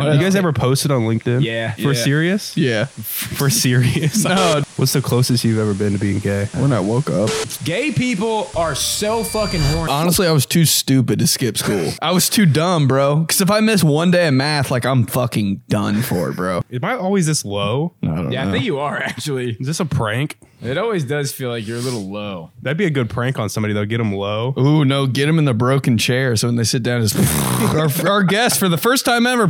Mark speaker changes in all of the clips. Speaker 1: You guys ever posted on LinkedIn?
Speaker 2: Yeah.
Speaker 1: For
Speaker 2: Yeah.
Speaker 1: serious?
Speaker 3: Yeah.
Speaker 1: For serious?
Speaker 3: No.
Speaker 1: What's the closest you've ever been to being gay?
Speaker 3: When I woke up.
Speaker 2: Gay people are so fucking horny.
Speaker 3: Honestly, I was too stupid to skip school. I was too dumb, bro. Because if I miss one day of math, like I'm fucking done for, bro.
Speaker 1: Am I always this low?
Speaker 3: I don't
Speaker 2: yeah, I
Speaker 3: know.
Speaker 2: think you are actually.
Speaker 1: Is this a prank?
Speaker 2: It always does feel like you're a little low.
Speaker 1: That'd be a good prank on somebody though. Get them low.
Speaker 3: Ooh, no, get them in the broken chair. So when they sit down, just our, our guest for the first time ever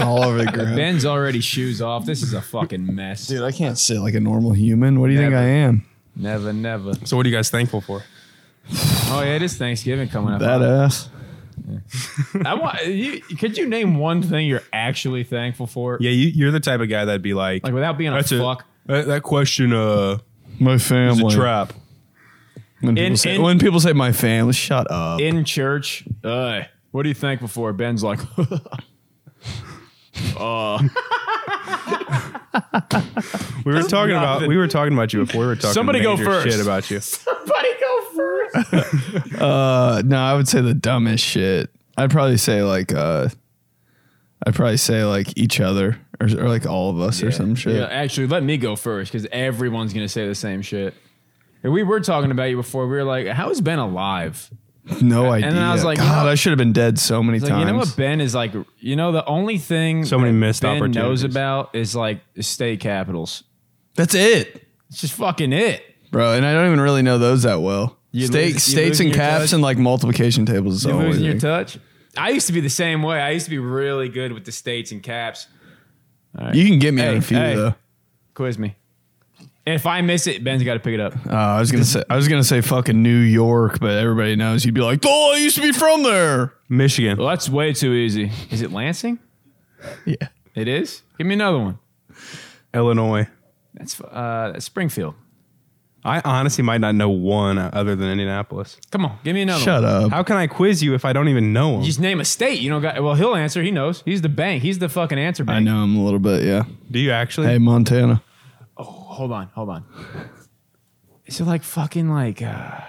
Speaker 3: all over the ground.
Speaker 2: Ben's already shoes off. This is a fucking mess.
Speaker 3: Dude, I can't sit like a normal human. What do you think I am?
Speaker 2: Never, never.
Speaker 1: So what are you guys thankful for?
Speaker 2: Oh yeah, it is Thanksgiving coming up.
Speaker 3: That uh, ass.
Speaker 2: I want you. Could you name one thing you're actually thankful for?
Speaker 1: Yeah, you, you're the type of guy that'd be like,
Speaker 2: Like without being a
Speaker 1: That's it.
Speaker 2: fuck.
Speaker 1: that, that question uh
Speaker 3: My
Speaker 1: is a
Speaker 3: family.
Speaker 1: trap.
Speaker 3: When, people
Speaker 2: In-
Speaker 3: say,
Speaker 2: in-
Speaker 3: when people say my family, shut up.
Speaker 2: in church. Uh, what are you thankful for? Ben's like,
Speaker 1: We were talking about
Speaker 2: nothing.
Speaker 1: we were talking about you before. We were talking
Speaker 2: Somebody go
Speaker 1: major
Speaker 2: first.
Speaker 1: shit about you.
Speaker 2: somebody go first.
Speaker 3: Uh, no, I would say the dumbest shit. I'd probably say like uh, I'd probably say like each other or, or like all of us or some shit.
Speaker 2: Yeah, actually, let me go first because everyone's gonna say the same shit. And we were talking about you before. We were like, how is Ben alive?
Speaker 3: No idea.
Speaker 2: then I was like,
Speaker 3: God,
Speaker 2: no.
Speaker 3: I should have been dead so many
Speaker 2: Like,
Speaker 3: times.
Speaker 2: you know what Ben is like. You know, the only thing
Speaker 1: So many
Speaker 2: that
Speaker 1: missed
Speaker 2: ben
Speaker 1: opportunities.
Speaker 2: knows about is like state capitals.
Speaker 3: That's it,
Speaker 2: It's just fucking it.
Speaker 3: bro. And I don't even really know those that well.
Speaker 2: You
Speaker 3: State,
Speaker 2: lose- you
Speaker 3: states
Speaker 2: losing
Speaker 3: and
Speaker 2: your
Speaker 3: caps
Speaker 2: touch.
Speaker 3: and like multiplication tables is
Speaker 2: You
Speaker 3: all. I
Speaker 2: losing your
Speaker 3: think.
Speaker 2: touch. I used to be the same way. I used to be really good with the states and caps.
Speaker 3: You can get me on
Speaker 2: Hey,
Speaker 3: a few
Speaker 2: hey.
Speaker 3: though.
Speaker 2: Quiz me. If I miss it, Ben's got to pick it up.
Speaker 3: Uh, I was gonna say I was gonna say fucking New York, but everybody knows you'd be like, oh, I used to be from there.
Speaker 1: Michigan.
Speaker 2: Well, that's way too easy. Is it Lansing?
Speaker 3: Yeah.
Speaker 2: It is. Give me another one.
Speaker 1: Illinois.
Speaker 2: That's uh, that's Springfield.
Speaker 1: I honestly might not know one other than Indianapolis.
Speaker 2: Come on, give me another.
Speaker 3: Shut
Speaker 2: one.
Speaker 3: up.
Speaker 1: How can I quiz you if I don't even know them?
Speaker 2: Just name a state. You don't got. Well, he'll answer. He knows. He's the bank. He's the fucking answer bank.
Speaker 3: I know him a little bit. Yeah.
Speaker 1: Do you actually?
Speaker 3: Hey, Montana.
Speaker 2: Hold on. Hold on. Is it like fucking like? Uh,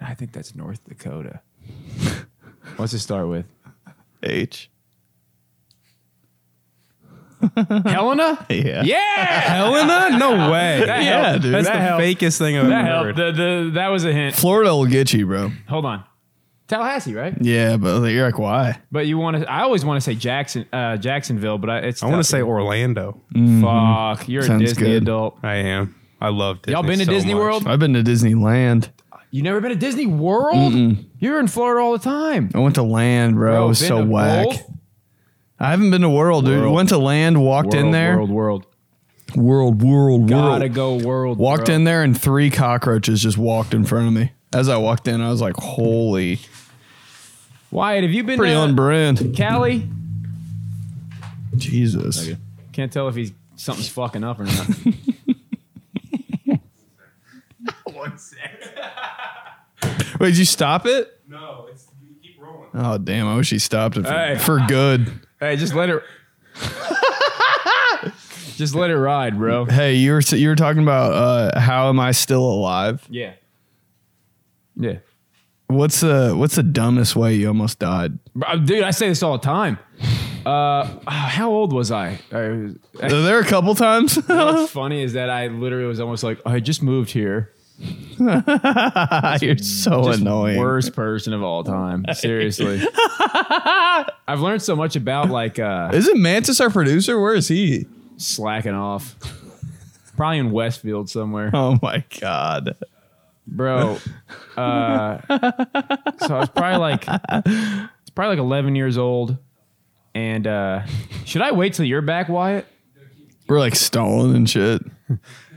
Speaker 2: I think that's North Dakota. What's it start with?
Speaker 3: H.
Speaker 2: Helena.
Speaker 3: Yeah.
Speaker 2: Yeah.
Speaker 1: Helena? No way.
Speaker 3: Yeah, dude.
Speaker 1: That's
Speaker 2: That
Speaker 1: the
Speaker 2: helped.
Speaker 1: fakest thing I've
Speaker 2: That
Speaker 1: ever
Speaker 2: helped.
Speaker 1: heard.
Speaker 2: The, the, that was a hint.
Speaker 3: Florida will get you, bro.
Speaker 2: Hold on. Tallahassee, right?
Speaker 3: Yeah, but like, you're like, why?
Speaker 2: But you want to? I always want to say Jackson, uh, Jacksonville, but I, it's.
Speaker 1: I want to
Speaker 2: tough.
Speaker 1: say Orlando.
Speaker 2: Fuck, you're
Speaker 3: Sounds
Speaker 2: a Disney
Speaker 3: good.
Speaker 2: adult.
Speaker 1: I am. I love Disney.
Speaker 2: Y'all been to
Speaker 1: so
Speaker 2: Disney
Speaker 1: much.
Speaker 2: World?
Speaker 3: I've been to Disneyland.
Speaker 2: You never been to Disney World? You're in Florida all the time.
Speaker 3: I went to land, bro. it was
Speaker 2: been
Speaker 3: so
Speaker 2: to
Speaker 3: whack.
Speaker 2: both?
Speaker 3: I haven't been to World, dude.
Speaker 2: World.
Speaker 3: Went to land, walked in
Speaker 2: World,
Speaker 3: there.
Speaker 2: World, world.
Speaker 3: world, world.
Speaker 2: Gotta go world.
Speaker 3: Walked
Speaker 2: bro.
Speaker 3: in there and three cockroaches just walked in front of me. As I walked in, I was like, holy.
Speaker 2: Wyatt, have you been
Speaker 3: Pretty
Speaker 2: to
Speaker 3: on brand.
Speaker 2: Cali?
Speaker 3: Jesus.
Speaker 2: Can't tell if he's something's fucking up or not.
Speaker 1: One sec.
Speaker 3: Wait, did you stop it?
Speaker 1: No, it's, you keep rolling.
Speaker 3: Oh, damn. I wish he stopped it for,
Speaker 2: Hey.
Speaker 3: for good.
Speaker 2: hey, just let it. just let it ride, bro.
Speaker 3: Hey, you were, you were talking about uh, how am I still alive?
Speaker 2: Yeah. Yeah.
Speaker 3: What's the, what's the dumbest way you almost died?
Speaker 2: Bro, Dude, I say this all the time. Uh, how old was I? I was,
Speaker 3: Are there a couple times?
Speaker 2: What's funny is that I literally was almost like, I just moved here.
Speaker 3: You're so
Speaker 2: Just
Speaker 3: annoying.
Speaker 2: Worst person of all time. Seriously. I've learned so much about like uh,
Speaker 3: Isn't Mantis our producer? Where is he?
Speaker 2: slacking off. Probably in Westfield somewhere.
Speaker 3: Oh my god.
Speaker 2: Bro. Uh, so I was probably like it's probably like eleven years old. And uh, should I wait till you're back, Wyatt?
Speaker 3: We're like stalling and shit.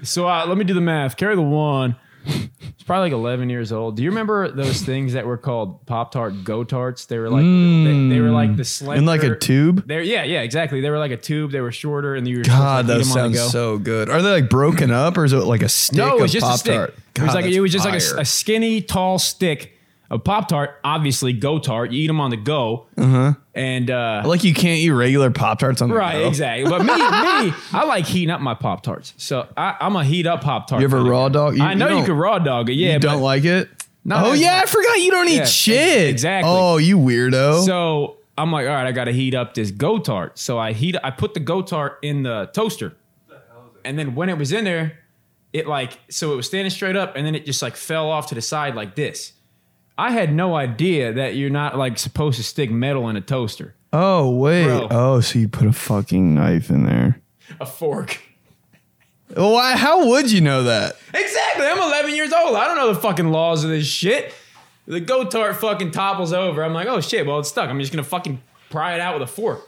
Speaker 2: So uh, let me do the math. Carry the one. It's probably like 11 years old. Do you remember those things that were called Pop Tart Go Tarts? They were like they, they were like the slender
Speaker 3: Mm. In like a tube.
Speaker 2: They're, yeah, yeah, exactly. They were like a tube. They were shorter, and you were
Speaker 3: God,
Speaker 2: supposed to, like, eat
Speaker 3: that
Speaker 2: 'em on the
Speaker 3: sounds
Speaker 2: go.
Speaker 3: so good. Are they like broken up or is it like a stick?
Speaker 2: No, it was
Speaker 3: of
Speaker 2: just a stick.
Speaker 3: Pop-Tart?
Speaker 2: it was
Speaker 3: God,
Speaker 2: like
Speaker 3: that's
Speaker 2: it was just like a s-
Speaker 3: fire.
Speaker 2: a, skinny, tall stick of Pop Tart. Obviously, Go Tart. You eat them on the go,
Speaker 3: Uh-huh.
Speaker 2: and uh,
Speaker 3: like you can't eat regular Pop Tarts on the
Speaker 2: right,
Speaker 3: go.
Speaker 2: exactly. But me, me, I like heating up my Pop Tarts. So I, I'm a heat up Pop Tart.
Speaker 3: You ever raw dog?
Speaker 2: I know you,
Speaker 3: don't-
Speaker 2: can raw dog it. Yeah,
Speaker 3: You
Speaker 2: but-
Speaker 3: don't like it?
Speaker 2: No,
Speaker 3: oh
Speaker 2: that's-
Speaker 3: yeah, I forgot you don't eat
Speaker 2: Yeah, ex-
Speaker 3: shit.
Speaker 2: exactly.
Speaker 3: Oh, you weirdo.
Speaker 2: So I'm like, all right, I got to heat up this go tart. So I heat, I put the go tart in the toaster, and then when it was in there, it like so it was standing straight up, and then it just like fell off to the side like this. I had no idea that you're not like supposed to stick metal in a toaster,
Speaker 3: Oh wait.
Speaker 2: Bro.
Speaker 3: Oh, so you put a fucking knife in there.
Speaker 2: a fork.
Speaker 3: Why? How would you know that?
Speaker 2: Exactly. I'm 11 years old. I don't know the fucking laws of this shit. The go tart fucking topples over. I'm like, oh shit. Well, it's stuck. I'm just gonna fucking pry it out with a fork.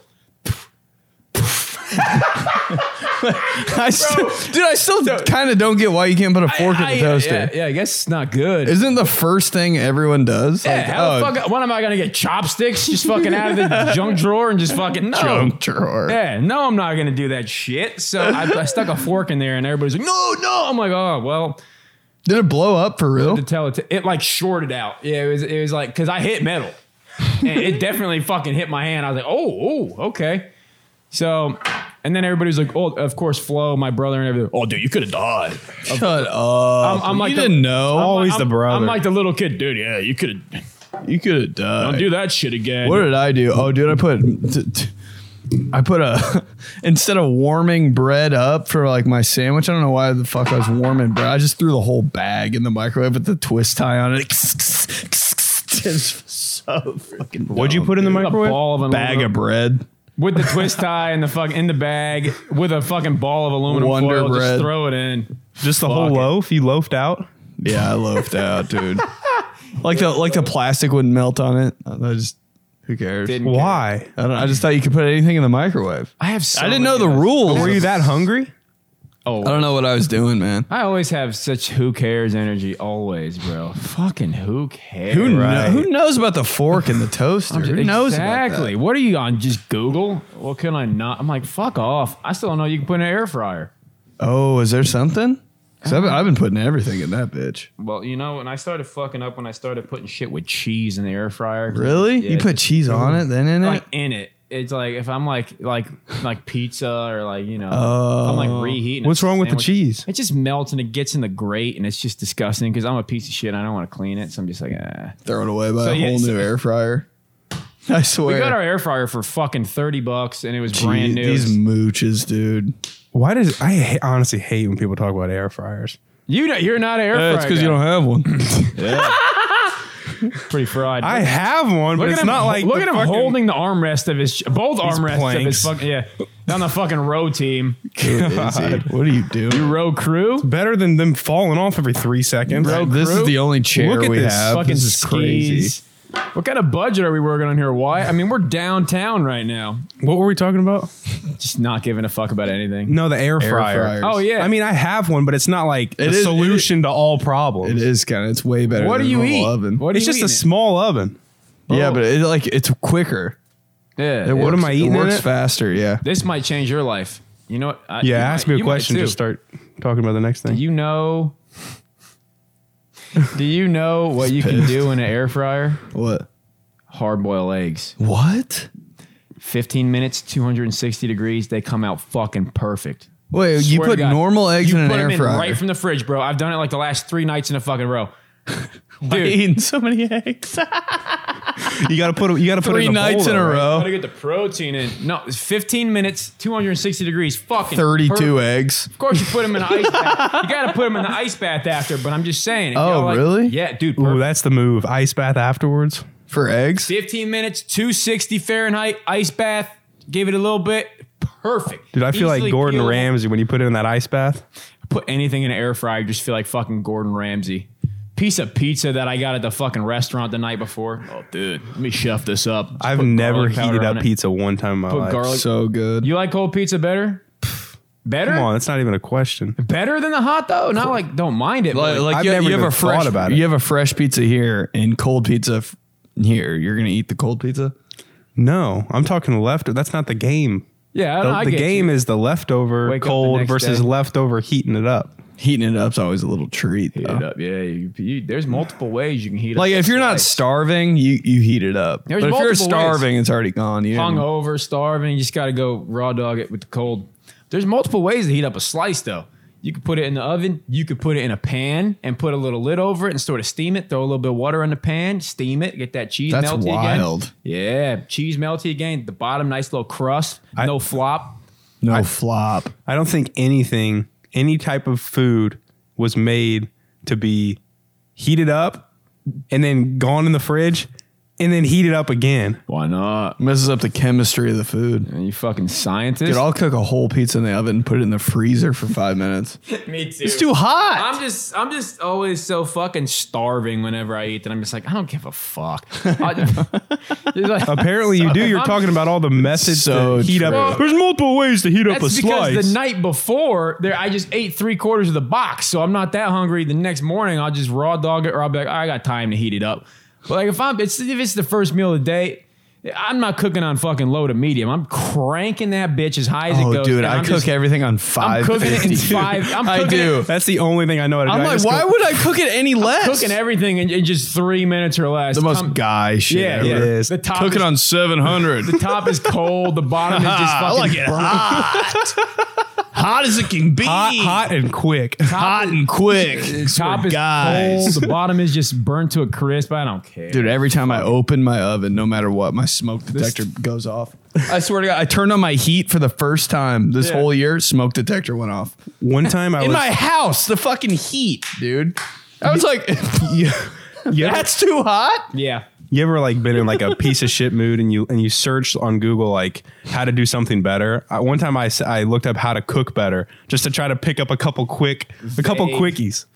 Speaker 3: I still, dude, I still kind of don't get why you can't put a fork
Speaker 2: I-
Speaker 3: in the
Speaker 2: I-
Speaker 3: toaster.
Speaker 2: Yeah, yeah, I guess it's not good.
Speaker 3: Isn't the first thing everyone does?
Speaker 2: yeah,
Speaker 3: Like,
Speaker 2: how
Speaker 3: oh,
Speaker 2: the fuck? When am I gonna get chopsticks? Just fucking out of the junk drawer and just fucking no.
Speaker 3: junk drawer.
Speaker 2: Yeah, no, I'm not gonna do that shit. So I, I stuck a fork in there, and everybody's like, "No, no!" I'm like, "Oh, well."
Speaker 3: Did it blow up for real?
Speaker 2: To tell it, to, it like shorted out. Yeah, it was, it was like because I hit metal, and it definitely fucking hit my hand. I was like, "Oh, oh, okay." So, and then everybody was like, "Oh, of course, Flo, my brother, and everything." Oh, dude, you could have died.
Speaker 3: Shut up.
Speaker 2: I'm- I'm like
Speaker 3: you
Speaker 2: the-
Speaker 3: didn't know.
Speaker 1: Always
Speaker 2: I'm-
Speaker 1: the brother.
Speaker 2: I'm like the little kid, dude. Yeah, you could have.
Speaker 3: you could have
Speaker 2: Don't
Speaker 3: died.
Speaker 2: do that shit again.
Speaker 3: What did I do? Oh, dude, I put t- t- I put a instead of warming bread up for like my sandwich. I don't know why the fuck I was warming bread. I just threw the whole bag in the microwave with the twist tie on it. It's so fucking.
Speaker 1: What'd you put in the
Speaker 2: a
Speaker 1: microwave?
Speaker 2: ball of an
Speaker 3: Bag of bread.
Speaker 2: with the twist tie and the fuck in the bag with a fucking ball of aluminum
Speaker 3: Wonder
Speaker 2: foil.
Speaker 3: bread.
Speaker 2: Just throw it in.
Speaker 1: Just the whole
Speaker 2: Fuck it.
Speaker 1: loaf? You loafed out?
Speaker 3: Yeah, I loafed out, dude. Like the like the plastic wouldn't melt on it. I just who cares?
Speaker 2: Didn't- Okay.
Speaker 1: Why?
Speaker 3: I don't. I just thought you could put anything in the microwave.
Speaker 2: I have. So
Speaker 3: I didn't
Speaker 2: many
Speaker 3: know the
Speaker 2: of those.
Speaker 3: rules.
Speaker 1: Were you that hungry?
Speaker 2: Oh,
Speaker 3: I don't know what I was doing, man.
Speaker 2: I always have such who cares energy, always, bro. Fucking who cares?
Speaker 3: Who, kno-
Speaker 1: Right.
Speaker 3: who knows about the fork and the toaster? who knows about
Speaker 2: exactly?
Speaker 3: that?
Speaker 2: What are you on? Just Google. What can I not? I'm like, fuck off. I still don't know you can put in an air fryer.
Speaker 3: Oh, is there something? 'Cause I've, been- I've been putting everything in that bitch.
Speaker 2: Well, you know, and I started fucking up when I started putting shit with cheese in the air fryer.
Speaker 3: Really?
Speaker 2: Yeah,
Speaker 3: you put cheese on it, then in it?
Speaker 2: like in it. It's like if I'm like like like pizza or like you know if I'm
Speaker 3: Oh.
Speaker 2: like reheating. a
Speaker 1: What's wrong with the
Speaker 2: sandwich,
Speaker 1: cheese?
Speaker 2: It just melts and it gets in the grate and it's just disgusting because I'm a piece of shit. and I don't want to clean it, so I'm just like, ah.
Speaker 3: Throw it away by a
Speaker 2: yeah,
Speaker 3: whole
Speaker 2: so-
Speaker 3: new air fryer. I swear.
Speaker 2: We got our air fryer for fucking thirty bucks and it was
Speaker 3: Gee,
Speaker 2: brand new.
Speaker 3: These mooches, dude.
Speaker 1: Why does I ha- honestly hate when people talk about air fryers?
Speaker 2: you know, you're not an air
Speaker 3: Uh,
Speaker 2: fryer. guy.
Speaker 3: have one.
Speaker 2: pretty fried.
Speaker 1: I have one, but
Speaker 2: look at
Speaker 1: it's
Speaker 2: him,
Speaker 1: not like
Speaker 2: look
Speaker 1: the
Speaker 2: at him
Speaker 1: fucking-
Speaker 2: holding the armrest of his both armrests of his
Speaker 1: planks.
Speaker 2: fucking yeah on the fucking row team
Speaker 3: what are you doing?
Speaker 2: row crew.
Speaker 1: better than them falling off every three seconds.
Speaker 2: Bro,
Speaker 3: this
Speaker 2: crew?
Speaker 3: is the only chair
Speaker 1: Look at
Speaker 3: we
Speaker 1: this
Speaker 3: have.
Speaker 2: fucking
Speaker 3: this is
Speaker 2: skis. What kind of budget are we working on here? Why? I mean, we're downtown right now.
Speaker 1: What were we talking about?
Speaker 2: Just not giving a fuck about anything.
Speaker 1: No, the air, fryer.
Speaker 3: fryer.
Speaker 2: Oh yeah.
Speaker 1: I mean, I have one, but it's not like a
Speaker 3: is- it
Speaker 1: solution to all problems.
Speaker 3: crazy. It is kind of. It's way better.
Speaker 2: what do
Speaker 3: than
Speaker 2: you
Speaker 3: a normal
Speaker 2: eat?
Speaker 3: Oven.
Speaker 2: What Oh. do
Speaker 1: It's
Speaker 2: you
Speaker 1: just a
Speaker 2: eat?
Speaker 1: small oven.
Speaker 3: yeah, but it, like it's quicker.
Speaker 2: yeah.
Speaker 3: It
Speaker 1: What
Speaker 3: works-
Speaker 1: am I eating
Speaker 3: It
Speaker 1: in
Speaker 3: works
Speaker 1: it?
Speaker 3: faster. Yeah.
Speaker 2: This might change your life. You know what? I,
Speaker 1: Yeah,
Speaker 2: you
Speaker 1: ask me
Speaker 2: might-
Speaker 1: a
Speaker 2: you might
Speaker 1: question.
Speaker 2: too.
Speaker 1: Just start talking about the next thing.
Speaker 2: You know. do you know what you can do in an air fryer?
Speaker 3: What?
Speaker 2: Hard boil eggs.
Speaker 3: What?
Speaker 2: 15 minutes, 260 degrees. They come out fucking perfect.
Speaker 3: Wait, you
Speaker 2: Swear to
Speaker 3: put
Speaker 2: God.
Speaker 3: normal eggs
Speaker 2: You
Speaker 3: in an
Speaker 2: put
Speaker 3: air
Speaker 2: them in
Speaker 3: fryer.
Speaker 2: right from the fridge, bro. I've done it like the last three nights in a fucking row.
Speaker 3: Why
Speaker 2: Dude.
Speaker 3: eating so many eggs.
Speaker 1: You gotta put you gotta put
Speaker 3: Three
Speaker 1: it in a
Speaker 3: nights
Speaker 1: bowl,
Speaker 3: in a
Speaker 1: though, right?
Speaker 2: Gotta
Speaker 3: row.
Speaker 2: get the protein in. No, it's 15 minutes, 260 degrees. Fucking perfect.
Speaker 3: Thirty-two eggs.
Speaker 2: Of course, you put them in the ice. bath. You gotta put them in the ice bath after. But I'm just saying. if
Speaker 3: Oh,
Speaker 2: y'all like-
Speaker 3: really?
Speaker 2: Yeah, dude.
Speaker 1: Ooh,
Speaker 2: perfect.
Speaker 1: that's the move. Ice bath afterwards.
Speaker 3: for eggs.
Speaker 2: 15 minutes, 260 Fahrenheit ice bath. Give it a little bit. Perfect.
Speaker 1: Dude, I feel like
Speaker 2: Easily
Speaker 1: Gordon
Speaker 2: peelable.
Speaker 1: Ramsay when you put it in that ice bath.
Speaker 2: put anything in an air fryer, just feel like fucking Gordon Ramsay. Piece of pizza that I got at the fucking restaurant the night before. Oh, dude, let me chef this up. Just
Speaker 1: I've
Speaker 2: put
Speaker 1: never
Speaker 2: garlic powder
Speaker 1: heated up
Speaker 2: on it.
Speaker 1: pizza one time in my
Speaker 2: Put
Speaker 1: life.
Speaker 2: garlic.
Speaker 3: So good.
Speaker 2: You like cold pizza better? Better?
Speaker 1: Come on, that's not even a question.
Speaker 2: Better than the hot though? Not like don't mind it. but,
Speaker 3: like, like
Speaker 1: I've
Speaker 3: you,
Speaker 1: never
Speaker 3: you have
Speaker 1: even
Speaker 3: a fresh
Speaker 1: thought about it.
Speaker 3: you have a fresh pizza here and cold pizza f- here. You're gonna eat the cold pizza.
Speaker 1: No, I'm talking left. That's not the game.
Speaker 2: yeah, I
Speaker 1: The,
Speaker 2: don't- I
Speaker 1: the
Speaker 2: get
Speaker 1: game
Speaker 2: you.
Speaker 1: is the leftover
Speaker 2: Wake up the
Speaker 1: cold
Speaker 2: next
Speaker 1: versus
Speaker 2: day.
Speaker 1: leftover heating it up.
Speaker 3: Heating it up's always a little treat.
Speaker 2: Heat
Speaker 3: though.
Speaker 2: it up. Yeah, you, you, there's multiple ways you can heat.
Speaker 3: Like
Speaker 2: up
Speaker 3: if you're not
Speaker 2: slice.
Speaker 3: starving, you you heat it up.
Speaker 2: There's
Speaker 3: but if you're
Speaker 2: multiple ways.
Speaker 3: starving, it's already gone. You didn't-
Speaker 2: hungover, starving, you just got to go raw dog it with the cold. There's multiple ways to heat up a slice though. You could put it in the oven. You could put it in a pan and put a little lid over it and sort of steam it. Throw a little bit of water in the pan, steam it, get that cheese
Speaker 3: That's
Speaker 2: melty
Speaker 3: wild.
Speaker 2: again. Yeah, cheese melty again. The bottom, nice little crust,
Speaker 1: I-
Speaker 2: no flop.
Speaker 3: No flop.
Speaker 1: I don't think anything, any type of food was made to be heated up and then gone in the fridge and then heated up again.
Speaker 2: Why not?
Speaker 3: Messes up the chemistry of the food.
Speaker 2: You fucking scientist.
Speaker 3: Dude, I'll cook a whole pizza in the oven and put it in the freezer for five minutes.
Speaker 2: Me too.
Speaker 3: It's too hot.
Speaker 2: I'm just I'm just always so fucking starving whenever I eat that I'm just like I don't give a fuck. I- It's like-
Speaker 1: Apparently, you do. You're
Speaker 2: I'm-
Speaker 1: talking about all the methods
Speaker 3: So
Speaker 1: to heat
Speaker 3: true.
Speaker 1: up. There's multiple ways to heat up a
Speaker 2: that's because
Speaker 1: slice.
Speaker 2: the night before there I just ate three quarters of the box, so I'm not that hungry. The next morning I'll just raw dog it, or I'll be like I got time to heat it up. But like if I'm it's, if it's the first meal of the day. I'm not cooking on fucking low to medium. I'm cranking that bitch as high as it
Speaker 3: oh,
Speaker 2: goes.
Speaker 3: dude,
Speaker 2: and
Speaker 3: I
Speaker 2: I'm
Speaker 3: cook
Speaker 2: just-
Speaker 3: everything on five.
Speaker 2: cooking it in five- I'm
Speaker 3: I
Speaker 2: cooking
Speaker 3: do.
Speaker 1: That's the only thing I know how to do.
Speaker 3: I'm
Speaker 1: I
Speaker 3: like,
Speaker 1: just
Speaker 3: why
Speaker 1: go-
Speaker 3: would I cook it any less?
Speaker 2: cooking everything in, in just three minutes or less.
Speaker 3: the most
Speaker 2: Come-
Speaker 3: guy shit.
Speaker 2: yeah,
Speaker 3: ever.
Speaker 2: yeah.
Speaker 1: It is.
Speaker 2: The top
Speaker 3: Cook
Speaker 2: is
Speaker 3: it on seven hundred. Ah,
Speaker 2: The top is cold. The bottom is just
Speaker 3: I
Speaker 2: fucking
Speaker 3: like it hot. hot as it can be.
Speaker 1: hot, hot and quick.
Speaker 3: Hot and quick. It's
Speaker 2: top
Speaker 3: for
Speaker 2: is
Speaker 3: guys.
Speaker 2: cold. The bottom is just burnt to a crisp. I don't care.
Speaker 3: Dude, every time I open my oven, no matter what, my smoke detector goes off. I swear to God, I turned on my heat for the first time this
Speaker 2: Yeah.
Speaker 3: whole year. Smoke detector went off
Speaker 1: One time I
Speaker 3: in
Speaker 1: was
Speaker 3: my house. The fucking heat, dude. I was like,
Speaker 1: Yeah.
Speaker 3: that's too hot.
Speaker 2: Yeah.
Speaker 1: You ever like been in like a piece of shit mood and you and you searched on Google like how to do something better? I, one time I, s- I looked up how to cook better just to try to pick up a couple quick a couple
Speaker 2: Vague.
Speaker 1: quickies.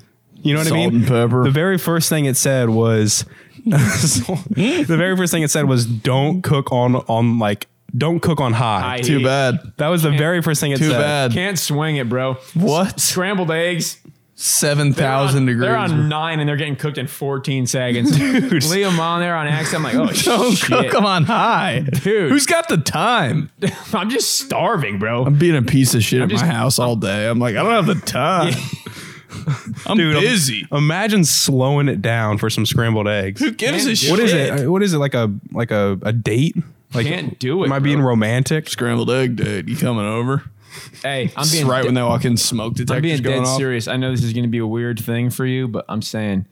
Speaker 1: You know what
Speaker 3: Salt
Speaker 1: I mean?
Speaker 3: and pepper.
Speaker 1: The very first thing it said was the very first thing it said was don't cook on on like don't cook on high.
Speaker 2: I
Speaker 3: Too
Speaker 2: hate-
Speaker 3: bad.
Speaker 1: that was the very first thing it
Speaker 3: Too
Speaker 1: said.
Speaker 3: bad.
Speaker 2: Can't swing it, bro.
Speaker 3: What?
Speaker 2: Scrambled eggs.
Speaker 3: Seven thousand
Speaker 2: They're on-
Speaker 3: degrees.
Speaker 2: They're on nine and they're getting cooked in 14 seconds. Leave them on there on X. I'm like, oh
Speaker 3: Don't
Speaker 2: shit.
Speaker 3: cook them on high,
Speaker 2: Dude.
Speaker 3: Who's got the time?
Speaker 2: I'm just starving, bro.
Speaker 3: I'm being a piece of shit at
Speaker 2: just-
Speaker 3: my house all day. I'm like, I don't have the time. I'm
Speaker 1: Dude, I'm-
Speaker 3: busy.
Speaker 1: Imagine slowing it down for some scrambled eggs.
Speaker 3: Who gives a shit?
Speaker 1: What is it? What is it like a like a, a date? Like
Speaker 2: Can't do it,
Speaker 1: Am I
Speaker 2: bro.
Speaker 1: being romantic?
Speaker 3: Scrambled egg, dude. You coming over?
Speaker 2: Hey, I'm
Speaker 3: It's
Speaker 2: being
Speaker 3: right
Speaker 2: de-
Speaker 3: when they walk in, smoke
Speaker 2: I'm
Speaker 3: detectors
Speaker 2: being
Speaker 3: going
Speaker 2: dead
Speaker 3: off.
Speaker 2: serious. I know this is going to be a weird thing for you, but I'm saying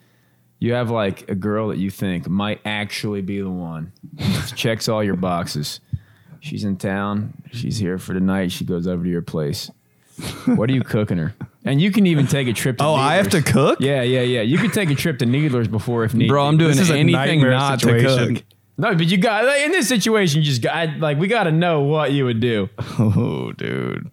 Speaker 2: you have like a girl that you think might actually be the one. She checks all your boxes. She's in town. She's here for the night. She goes over to your place. What are you cooking her? And you can even take a trip to
Speaker 3: Oh, I have to
Speaker 2: Needler's.
Speaker 3: cook,
Speaker 2: Yeah, yeah, yeah. You can take a trip to Needler's before if need.
Speaker 3: bro. I'm
Speaker 2: be.
Speaker 3: doing
Speaker 1: This is a
Speaker 3: anything
Speaker 1: nightmare
Speaker 3: not
Speaker 1: situation.
Speaker 3: to
Speaker 2: No, but you got like, in this situation you just got like we got to know what you would do.
Speaker 3: cook. Oh, dude.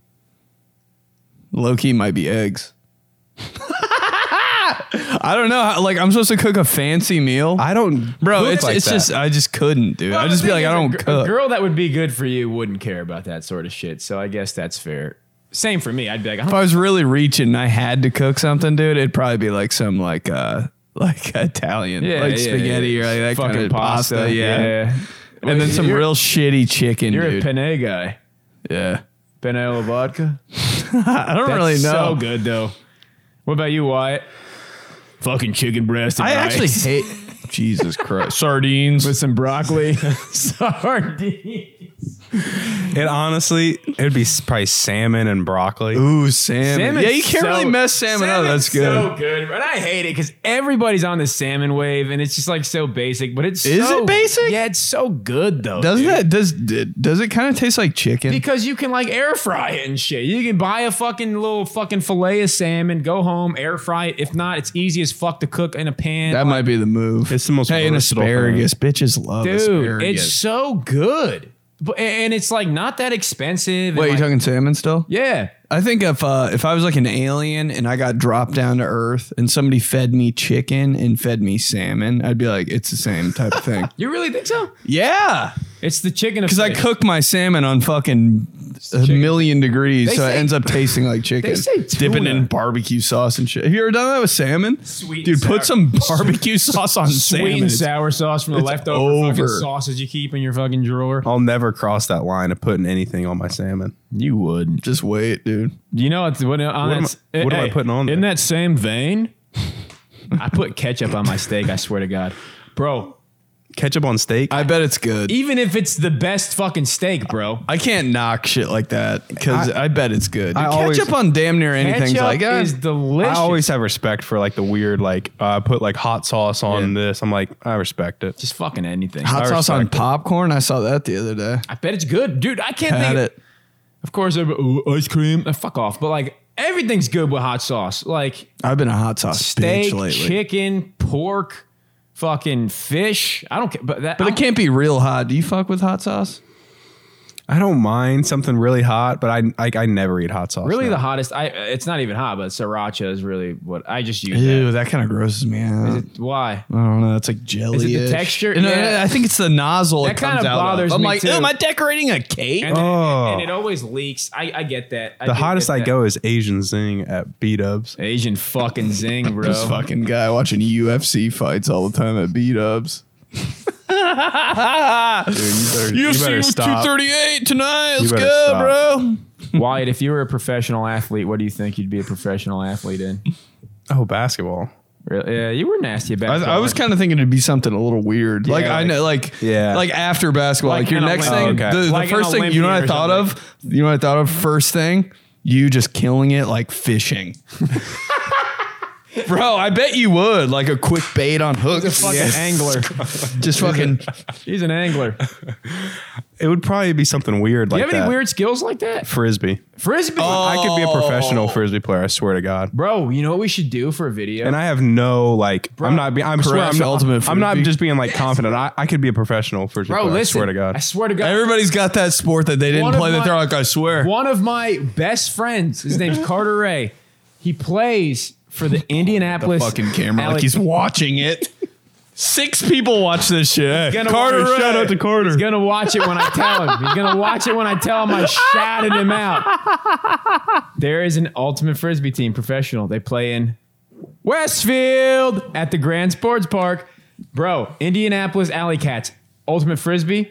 Speaker 3: Low key might be eggs. I don't know. how- Like I'm supposed to cook a fancy meal,
Speaker 1: I don't,
Speaker 3: bro.
Speaker 1: cook
Speaker 3: It's
Speaker 1: like
Speaker 3: it's
Speaker 1: that.
Speaker 3: just I just couldn't, dude. I just be like I don't
Speaker 2: a, gr-
Speaker 3: cook.
Speaker 2: A girl that would be good for you wouldn't care about that sort of shit. So I guess that's fair. Same for me. I'd be like, I
Speaker 3: if
Speaker 2: don't,
Speaker 3: I was really reaching and I had to cook something, dude, it'd probably be like some like uh like Italian
Speaker 2: yeah,
Speaker 3: like
Speaker 2: yeah,
Speaker 3: spaghetti
Speaker 2: yeah.
Speaker 3: or like that
Speaker 2: fucking
Speaker 3: kind of
Speaker 2: pasta.
Speaker 3: pasta, yeah. And then some
Speaker 2: You're-
Speaker 3: real shitty chicken,
Speaker 2: You're
Speaker 3: dude.
Speaker 2: a penne guy.
Speaker 3: yeah,
Speaker 2: Penne alla vodka.
Speaker 3: I don't
Speaker 2: That's
Speaker 3: really know.
Speaker 2: So good though. What about you, Wyatt? Fucking chicken breast. And
Speaker 3: I
Speaker 2: rice
Speaker 3: actually hate Jesus Christ sardines.
Speaker 2: with some broccoli, sardine,
Speaker 1: It honestly, it'd be s- probably salmon and broccoli.
Speaker 3: Ooh, salmon. Yeah, you can't
Speaker 2: so-
Speaker 3: really mess salmon up.
Speaker 2: salmon's
Speaker 3: That's good.
Speaker 2: So good, and I hate it because everybody's on the salmon wave, and it's just like so basic. But it's
Speaker 3: Is
Speaker 2: so-
Speaker 3: it basic?
Speaker 2: Yeah, it's so good though.
Speaker 3: Doesn't
Speaker 2: dude.
Speaker 3: that does does it kind of taste like chicken?
Speaker 2: Because you can like air fry it and shit. You can buy a fucking little fucking fillet of salmon, go home, air fry it. If not, it's easy as fuck to cook in a pan.
Speaker 3: that might be the move.
Speaker 1: It's the most
Speaker 3: hey, and
Speaker 1: versatile thing.
Speaker 3: asparagus. Bitches love
Speaker 2: Dude,
Speaker 3: asparagus.
Speaker 2: it's so good. But and it's like not that expensive. and,
Speaker 3: Wait, you
Speaker 2: like-
Speaker 3: talking salmon still?
Speaker 2: Yeah.
Speaker 3: I think if uh, if I was like an alien and I got dropped down to Earth and somebody fed me chicken and fed me salmon, I'd be like, it's the same type of thing.
Speaker 2: You really think so?
Speaker 3: yeah,
Speaker 2: It's the chicken of
Speaker 3: because I
Speaker 2: fish.
Speaker 3: cook my salmon on fucking a million degrees,
Speaker 2: They
Speaker 3: so it
Speaker 2: say-
Speaker 3: ends up tasting like chicken.
Speaker 2: They say
Speaker 3: dipping
Speaker 2: tuna.
Speaker 3: in barbecue sauce and shit. Have you ever done that with salmon?
Speaker 2: Sweet
Speaker 3: dude,
Speaker 2: and sour.
Speaker 3: put some barbecue sauce on
Speaker 2: sweet
Speaker 3: salmon.
Speaker 2: and sour sauce from the leftover fucking
Speaker 3: over.
Speaker 2: sauces you keep in your fucking drawer.
Speaker 1: I'll never cross that line of putting anything on my salmon.
Speaker 2: You wouldn't.
Speaker 3: Just wait, dude.
Speaker 2: You know it's- what? On
Speaker 1: What am
Speaker 2: that,
Speaker 1: I- what am I putting on
Speaker 2: In
Speaker 1: there?
Speaker 2: that same vein, I put ketchup on my steak. I swear to God, bro.
Speaker 1: ketchup on steak.
Speaker 3: I bet it's good.
Speaker 2: Even if it's the best fucking steak, bro.
Speaker 3: E- I can't knock shit like that because I, bet it's good.
Speaker 1: I
Speaker 3: Ketchup
Speaker 1: always-
Speaker 3: on damn near anything's
Speaker 2: Ketchup
Speaker 3: like "Ah, that.
Speaker 2: is delicious.
Speaker 1: I always have respect for like the weird, like uh, I put like hot sauce on this. I'm like, I respect it.
Speaker 2: just fucking anything.
Speaker 3: Hot
Speaker 1: I
Speaker 3: sauce on
Speaker 1: respect it.
Speaker 3: popcorn. I saw that the other day.
Speaker 2: I bet it's good, dude. I can't
Speaker 3: I
Speaker 2: think.
Speaker 3: had it.
Speaker 2: Of course, everybody, "Ooh, ice cream. Uh, fuck off. But like everything's good with hot sauce. Like
Speaker 3: I've been a hot sauce
Speaker 2: steak,
Speaker 3: bitch lately.
Speaker 2: chicken, pork, fucking fish. I don't care. But that.
Speaker 3: but it can't be real hot. Do you fuck with hot sauce?
Speaker 1: I don't mind something really hot, but I I, I never eat hot sauce.
Speaker 2: Really,
Speaker 1: no.
Speaker 2: the hottest. I. It's not even hot, but sriracha is really what I just use. that.
Speaker 3: Ew, that kind of grosses me out.
Speaker 2: Why?
Speaker 3: I don't know. That's like jelly.
Speaker 2: texture?
Speaker 3: No,
Speaker 2: Yeah.
Speaker 3: no, I think it's the nozzle.
Speaker 2: That
Speaker 3: it comes
Speaker 2: kinda
Speaker 3: out
Speaker 2: bothers
Speaker 3: of. I'm
Speaker 2: me
Speaker 3: like,
Speaker 2: too.
Speaker 3: am I decorating a cake?
Speaker 2: And,
Speaker 1: Oh.
Speaker 2: and it always leaks. I, I get that. I
Speaker 1: The
Speaker 2: do get
Speaker 1: hottest I
Speaker 2: that.
Speaker 1: go is Asian Zing at B Dubs.
Speaker 2: Asian fucking zing, bro.
Speaker 3: Oh, This fucking guy watching UFC fights all the time at beat ups.
Speaker 1: Dude, you better, you better stop.
Speaker 3: 238 tonight. Let's
Speaker 1: better
Speaker 3: go,
Speaker 1: stop.
Speaker 3: bro.
Speaker 2: Wyatt, if you were a professional athlete, what do you think you'd be a professional athlete in?
Speaker 1: Oh, basketball.
Speaker 2: Really? Yeah, you were nasty about.
Speaker 3: I, I was kind of thinking it'd be something a little weird. like, I
Speaker 1: like-
Speaker 3: know, like,
Speaker 1: Yeah.
Speaker 3: like after basketball, like,
Speaker 2: Like
Speaker 3: your
Speaker 2: an
Speaker 3: next
Speaker 2: Olympian.
Speaker 3: thing,
Speaker 1: Oh, okay.
Speaker 3: the, the
Speaker 2: Like an
Speaker 3: first thing, you know what I
Speaker 2: Olympian
Speaker 3: thought
Speaker 2: or
Speaker 3: of? You know what I thought of? First thing, you just killing it like fishing. Bro, I bet you would like a quick bait on hooks.
Speaker 2: fucking
Speaker 3: Yeah.
Speaker 2: angler.
Speaker 3: Just fucking.
Speaker 2: He's an angler. Do
Speaker 1: It would probably be something weird
Speaker 2: you
Speaker 1: like
Speaker 2: have any
Speaker 1: that. Oh.
Speaker 2: weird skills like that?
Speaker 1: frisbee.
Speaker 2: Frisbee,
Speaker 1: I could be a professional frisbee player. I swear to God.
Speaker 2: bro. You know what we should do for a video?
Speaker 1: And I have no like. I'm not. Be, I'm swear.
Speaker 3: Correct,
Speaker 1: I'm not,
Speaker 3: ultimate
Speaker 1: I'm not
Speaker 3: frisbee.
Speaker 1: just being like confident. I, I could be a professional frisbee
Speaker 2: bro,
Speaker 1: player.
Speaker 2: listen.
Speaker 1: I swear to God.
Speaker 2: I swear to God.
Speaker 3: Everybody's got that sport that they didn't
Speaker 2: One of
Speaker 3: play that
Speaker 2: my-
Speaker 3: they're like, I swear.
Speaker 2: One of my best friends, his name's Carter Ray. He plays for the Indianapolis
Speaker 3: fucking camera.
Speaker 2: Ale-
Speaker 3: Like he's watching it. Six people watch this shit.
Speaker 2: gonna watch it. Shout out to
Speaker 3: Carter.
Speaker 2: He's gonna watch it when I tell him. He's gonna watch it when I tell him I shouted him out. There is an ultimate frisbee team professional. They play in Westfield at the Grand Sports Park. Bro, Indianapolis Alley Cats, ultimate frisbee.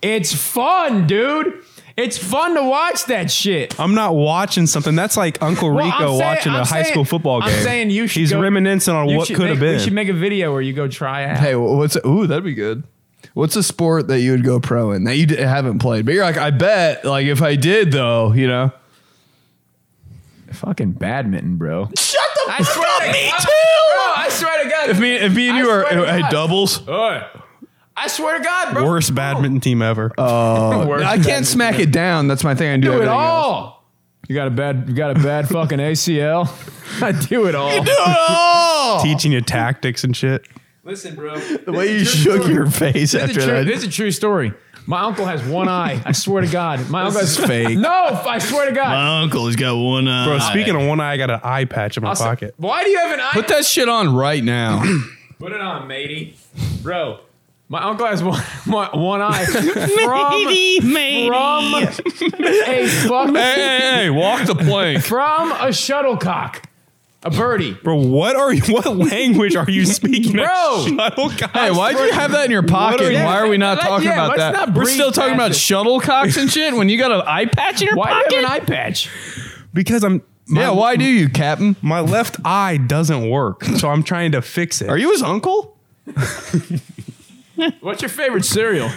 Speaker 2: It's fun, dude. It's fun to watch that shit.
Speaker 1: I'm not watching something. That's like Uncle
Speaker 2: Well,
Speaker 1: Rico
Speaker 2: I'm saying-
Speaker 1: watching a
Speaker 2: I'm
Speaker 1: high
Speaker 2: saying-
Speaker 1: school football game.
Speaker 2: I'm saying you should.
Speaker 1: He's
Speaker 2: go-
Speaker 1: reminiscing on
Speaker 2: you
Speaker 1: what
Speaker 2: should
Speaker 1: could have
Speaker 2: make- We
Speaker 1: been.
Speaker 2: should make a video where you go try out.
Speaker 3: Hey, wh- what's ooh, that'd be good. What's a sport that you would go pro in that you d- haven't played? But you're like, I bet, like if I did though, you know.
Speaker 2: Fucking badminton, bro.
Speaker 3: Shut the
Speaker 2: I swear to God. Bro, I swear to God.
Speaker 3: If me, if me and
Speaker 2: I
Speaker 3: you are
Speaker 2: swear to
Speaker 3: hey,
Speaker 2: God.
Speaker 3: doubles.
Speaker 2: Oi. I swear to God, bro.
Speaker 1: Worst badminton team ever.
Speaker 2: Worst
Speaker 3: I can't smack it down. That's my thing. I do,
Speaker 2: do it
Speaker 3: everything else.
Speaker 2: all. You got a bad, you got a bad fucking ACL. I do it all.
Speaker 3: Do it all.
Speaker 1: Teaching you tactics and shit.
Speaker 2: Listen, bro.
Speaker 3: the way you shook your face
Speaker 2: This is, a
Speaker 3: after
Speaker 2: true,
Speaker 3: that.
Speaker 2: this is a true story. My uncle has one eye. I swear to God, my uncle
Speaker 3: is
Speaker 2: has
Speaker 3: fake.
Speaker 2: No, I swear to God.
Speaker 3: My uncle has got one uh, eye.
Speaker 1: Bro, speaking of one eye, I got an eye patch in my
Speaker 2: Also,
Speaker 1: pocket.
Speaker 2: Why do you have an eye?
Speaker 3: put that shit on right now.
Speaker 2: Put it on, matey. Bro, my uncle has one, one, one eye. matey, matey. From a fucking,
Speaker 3: hey, hey, walk the plank.
Speaker 2: from a shuttlecock, a birdie.
Speaker 1: Bro, what are you, what language are you speaking?
Speaker 2: Bro.
Speaker 1: shuttlecock.
Speaker 3: Hey, why'd you have that in your
Speaker 1: are
Speaker 3: pocket?
Speaker 1: you-
Speaker 3: Why are we not
Speaker 2: Let-
Speaker 3: talking
Speaker 2: yeah,
Speaker 3: about
Speaker 2: let's
Speaker 3: that?
Speaker 2: not
Speaker 3: We're
Speaker 2: breeze
Speaker 3: still talking about
Speaker 2: past it.
Speaker 3: shuttlecocks and shit when you got an eye patch in your
Speaker 2: Why
Speaker 3: pocket?
Speaker 2: do you have an eye patch?
Speaker 1: Because I'm. My,
Speaker 3: yeah, why do you, Captain?
Speaker 1: My left eye doesn't work, so I'm trying to fix it.
Speaker 3: Are you his uncle?
Speaker 2: What's your favorite cereal?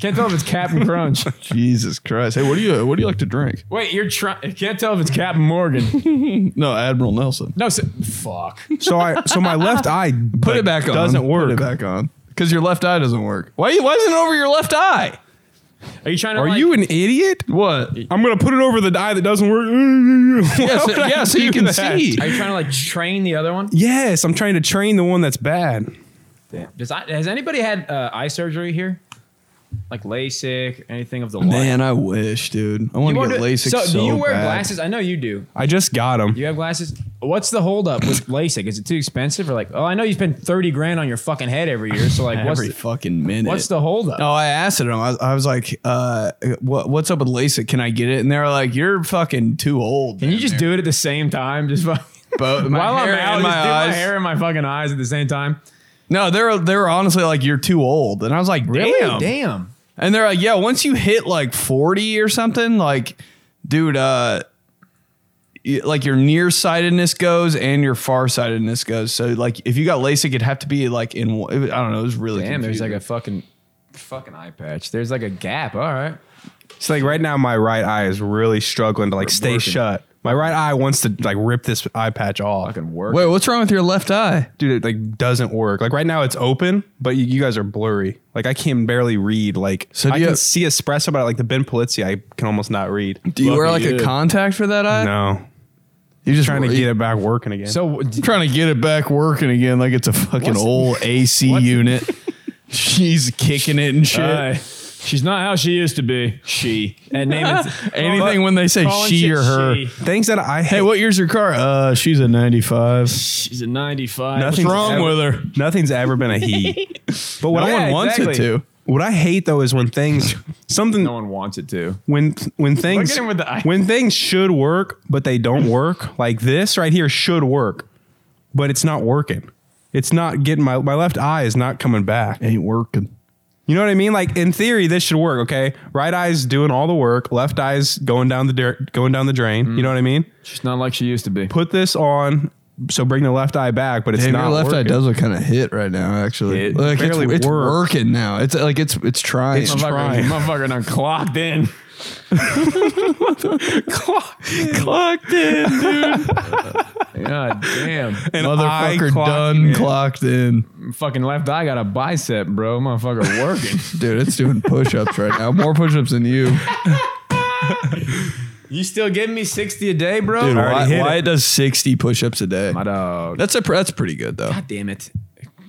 Speaker 2: Can't tell if it's Captain Crunch.
Speaker 3: Jesus Christ. Hey, what do you what do you like to drink?
Speaker 2: Wait, you're trying. Can't tell if it's Captain Morgan.
Speaker 3: No, Admiral Nelson.
Speaker 2: No, so- fuck.
Speaker 1: So I, so my left eye
Speaker 3: Put it back on.
Speaker 1: Doesn't work.
Speaker 3: Put it back on. Because your left eye doesn't work. Why why isn't it over your left eye?
Speaker 2: Are you trying to?
Speaker 1: Are
Speaker 2: like-
Speaker 1: you an idiot?
Speaker 3: What?
Speaker 1: I'm gonna put it over the eye that doesn't work.
Speaker 3: Yeah,
Speaker 1: Why
Speaker 3: so,
Speaker 1: would I
Speaker 3: yeah, so you
Speaker 1: do
Speaker 3: can
Speaker 1: that?
Speaker 3: see.
Speaker 2: Are you trying to like train the other one?
Speaker 1: Yes, I'm trying to train the one that's bad.
Speaker 2: Damn. Does I, has anybody had uh, eye surgery here? Like LASIK, anything of the like?
Speaker 3: Man, I wish, dude. I want
Speaker 2: You
Speaker 3: to
Speaker 2: wanna
Speaker 3: get
Speaker 2: do-
Speaker 3: LASIK so,
Speaker 2: So, do you wear
Speaker 3: bad.
Speaker 2: glasses? I know you do.
Speaker 1: I just got him.
Speaker 2: You have glasses. What's the holdup with LASIK? Is it too expensive, or like, oh, I know you spend thirty grand on your fucking head every year. So like, what's
Speaker 3: Every Oh,
Speaker 2: the,
Speaker 3: fucking minute.
Speaker 2: what's the holdup?
Speaker 3: No, I asked him. I was, I was like, uh, what, "What's up with LASIK? Can I get it?" And they were like, "You're fucking too old."
Speaker 2: Can you just do it at the same time? Just fucking.
Speaker 3: both my
Speaker 2: While I'm
Speaker 3: hair
Speaker 2: out,
Speaker 3: and
Speaker 2: just
Speaker 3: my
Speaker 2: do
Speaker 3: eyes?
Speaker 2: my hair and my fucking eyes at the same time.
Speaker 3: No, they were they were honestly like, "You're too old," and I was like, "Damn."
Speaker 2: Really? Damn.
Speaker 3: And they're like, "Yeah, once you hit like 40 or something, like, dude, uh, y- like your nearsightedness goes and your farsightedness goes. So like if you got LASIK, it'd have to be like in one- I don't know. It was really
Speaker 2: Damn, there's like
Speaker 3: confusing.
Speaker 2: a fucking fucking eye patch. There's like a gap. All right.
Speaker 1: It's like right now my right eye is really struggling to like stay
Speaker 2: Working.
Speaker 1: shut. My right eye wants to like rip this eye patch off.
Speaker 2: Fucking work.
Speaker 3: wait. What's wrong with your left eye?
Speaker 1: Dude, it like doesn't work. Like right now it's open, but you, you guys are blurry. Like I can barely read. Like
Speaker 3: So do
Speaker 1: I
Speaker 3: you
Speaker 1: can
Speaker 3: have-
Speaker 1: see espresso, but like the Ben Polizzi, I can almost not read.
Speaker 3: Do you wear like
Speaker 2: Lucky
Speaker 3: a
Speaker 2: you.
Speaker 3: contact for that eye?
Speaker 1: No,
Speaker 3: You're just
Speaker 1: trying to
Speaker 3: worried.
Speaker 1: get it back working again. So
Speaker 2: So d-
Speaker 3: trying to get it back working again like it's a fucking
Speaker 2: What's-
Speaker 3: old AC unit. She's kicking it and shit.
Speaker 2: Aye. she's not how she used to be. She and name is
Speaker 3: Anything when they say
Speaker 2: calling
Speaker 3: she
Speaker 2: shit
Speaker 3: or her.
Speaker 2: she.
Speaker 1: things that I hate,
Speaker 3: Hey, what year's your car? Uh, she's a 95.
Speaker 2: She's a 95.
Speaker 1: Nothing-
Speaker 2: What's
Speaker 1: wrong with
Speaker 3: her?
Speaker 1: nothing's ever been a he. but what
Speaker 3: No
Speaker 1: I
Speaker 3: one wants
Speaker 2: exactly.
Speaker 3: it to.
Speaker 1: what I hate though is when things something
Speaker 2: No one wants it to.
Speaker 1: when when things
Speaker 2: at him with the eye.
Speaker 1: when things should work but they don't work like this right here should work but it's not working it's not getting my my left eye is not coming back
Speaker 3: Ain't working.
Speaker 1: you know what i mean like in theory this should work okay right eye's doing all the work left eye's going down the dirt going down the drain you know what i mean
Speaker 2: She's not like she used to be.
Speaker 1: put this on so bring the left eye back but it's
Speaker 3: Damn,
Speaker 1: not
Speaker 3: your left eye
Speaker 1: working.
Speaker 3: does look kind of hit right now. Actually,
Speaker 1: It
Speaker 3: like it's,
Speaker 1: barely
Speaker 3: it's
Speaker 1: works.
Speaker 3: working now. It's like it's it's trying.
Speaker 1: It's
Speaker 3: Motherfucker,
Speaker 1: trying.
Speaker 2: Motherfucker, motherfucker done clocked in.
Speaker 1: clocked in
Speaker 2: God damn.
Speaker 1: An eye
Speaker 3: motherfucker
Speaker 1: clocked
Speaker 3: done
Speaker 1: in.
Speaker 3: clocked in,
Speaker 2: Fucking left eye got a bicep, bro. Motherfucker working.
Speaker 3: dude. It's doing push-ups right now. More push-ups than you.
Speaker 2: you still giving me 60 a day, bro?
Speaker 3: Dude,
Speaker 1: I already
Speaker 3: why,
Speaker 1: hit
Speaker 3: why
Speaker 1: it.
Speaker 3: it does sixty push-ups a day?
Speaker 2: My dog.
Speaker 3: That's a pr- that's pretty good though.
Speaker 2: God damn it.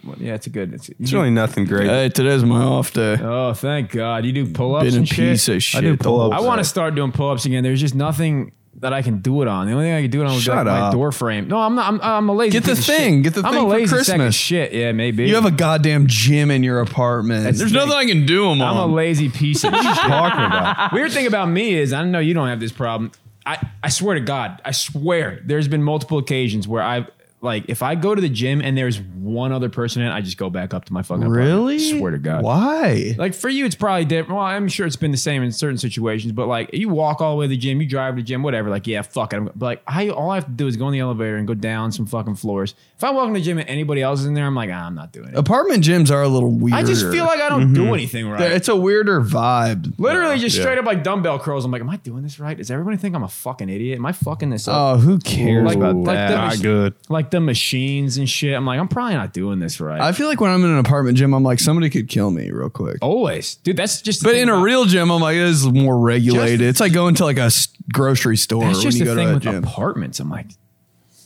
Speaker 2: Well, yeah, it's a good. It's,
Speaker 1: it's really nothing great
Speaker 3: Hey, today's my off day.
Speaker 2: oh, thank God. You do pull ups
Speaker 3: Been a
Speaker 2: and shit.
Speaker 3: piece of shit.
Speaker 1: do
Speaker 3: the
Speaker 1: pull-ups.
Speaker 3: whole-
Speaker 2: I want to start doing pull ups again. There's just nothing that I can do it on. The only thing I can do it on was
Speaker 1: Shut
Speaker 2: like my
Speaker 1: up.
Speaker 2: door frame. No, I'm not. I'm, I'm a lazy.
Speaker 3: Get the
Speaker 2: piece of
Speaker 3: thing.
Speaker 2: shit.
Speaker 3: Get the
Speaker 2: I'm
Speaker 3: thing
Speaker 2: a
Speaker 3: for
Speaker 2: lazy sack of
Speaker 3: Christmas.
Speaker 2: shit. Yeah, maybe.
Speaker 3: You have a goddamn gym in your apartment. There's
Speaker 2: the thing.
Speaker 3: nothing I can do them
Speaker 2: I'm a
Speaker 3: on.
Speaker 2: lazy piece of shit.
Speaker 1: talking about
Speaker 2: Weird thing about me is I know you don't have this problem. I, I swear to God, I swear there's been multiple occasions where I've like if I go to the gym and there's one other person in, it, I just go back up to my fucking apartment. swear to God.
Speaker 3: Why?
Speaker 2: Like for you, it's probably different. Well, I'm sure it's been the same in certain situations, but like you walk all the way to the gym, you drive to the gym, whatever. Like, yeah, fuck it. I'm, but like, I all I have to do is go in the elevator and go down some fucking floors. If I walk in the gym and anybody else is in there, I'm like, ah, I'm not doing it.
Speaker 3: Apartment gyms are a little weird.
Speaker 2: I just feel like I don't
Speaker 3: Mm-hmm.
Speaker 2: do anything right.
Speaker 3: it's a weirder vibe.
Speaker 2: Literally just straight up like dumbbell curls. I'm like, am I doing this right? Does everybody think I'm a fucking idiot? Am I fucking this up?
Speaker 3: Oh, who cares
Speaker 2: Like-
Speaker 3: about
Speaker 2: like
Speaker 3: that?
Speaker 2: the-
Speaker 1: not good
Speaker 2: Like the machines and shit. I'm like, I'm probably not doing this right.
Speaker 3: I feel like when I'm in an apartment gym, I'm like somebody could kill me real quick.
Speaker 2: Oh, Always, dude. That's just. the
Speaker 3: But
Speaker 2: thing
Speaker 3: in a
Speaker 2: about-
Speaker 3: real gym, I'm like this is more regulated.
Speaker 2: Just-
Speaker 3: it's like going to like a s- grocery store
Speaker 2: that's
Speaker 3: when
Speaker 2: just
Speaker 3: you
Speaker 2: the
Speaker 3: go to
Speaker 2: thing
Speaker 3: a
Speaker 2: with
Speaker 3: gym.
Speaker 2: apartments. I'm like,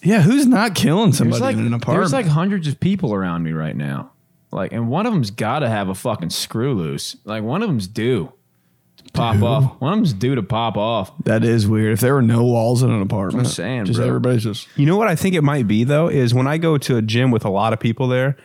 Speaker 3: yeah, who's not killing
Speaker 2: there's
Speaker 3: somebody
Speaker 2: like
Speaker 3: in an apartment?
Speaker 2: there's like hundreds of people around me right now. Like, and one of them's got to have a fucking screw loose. Like, one of them's due to pop off. One of them's due to pop off.
Speaker 3: that is weird. If there were no walls in an apartment,
Speaker 2: I'm saying,
Speaker 3: just
Speaker 2: bro.
Speaker 3: everybody's just
Speaker 1: You know what I think it might be though is when I go to a gym with a lot of people there,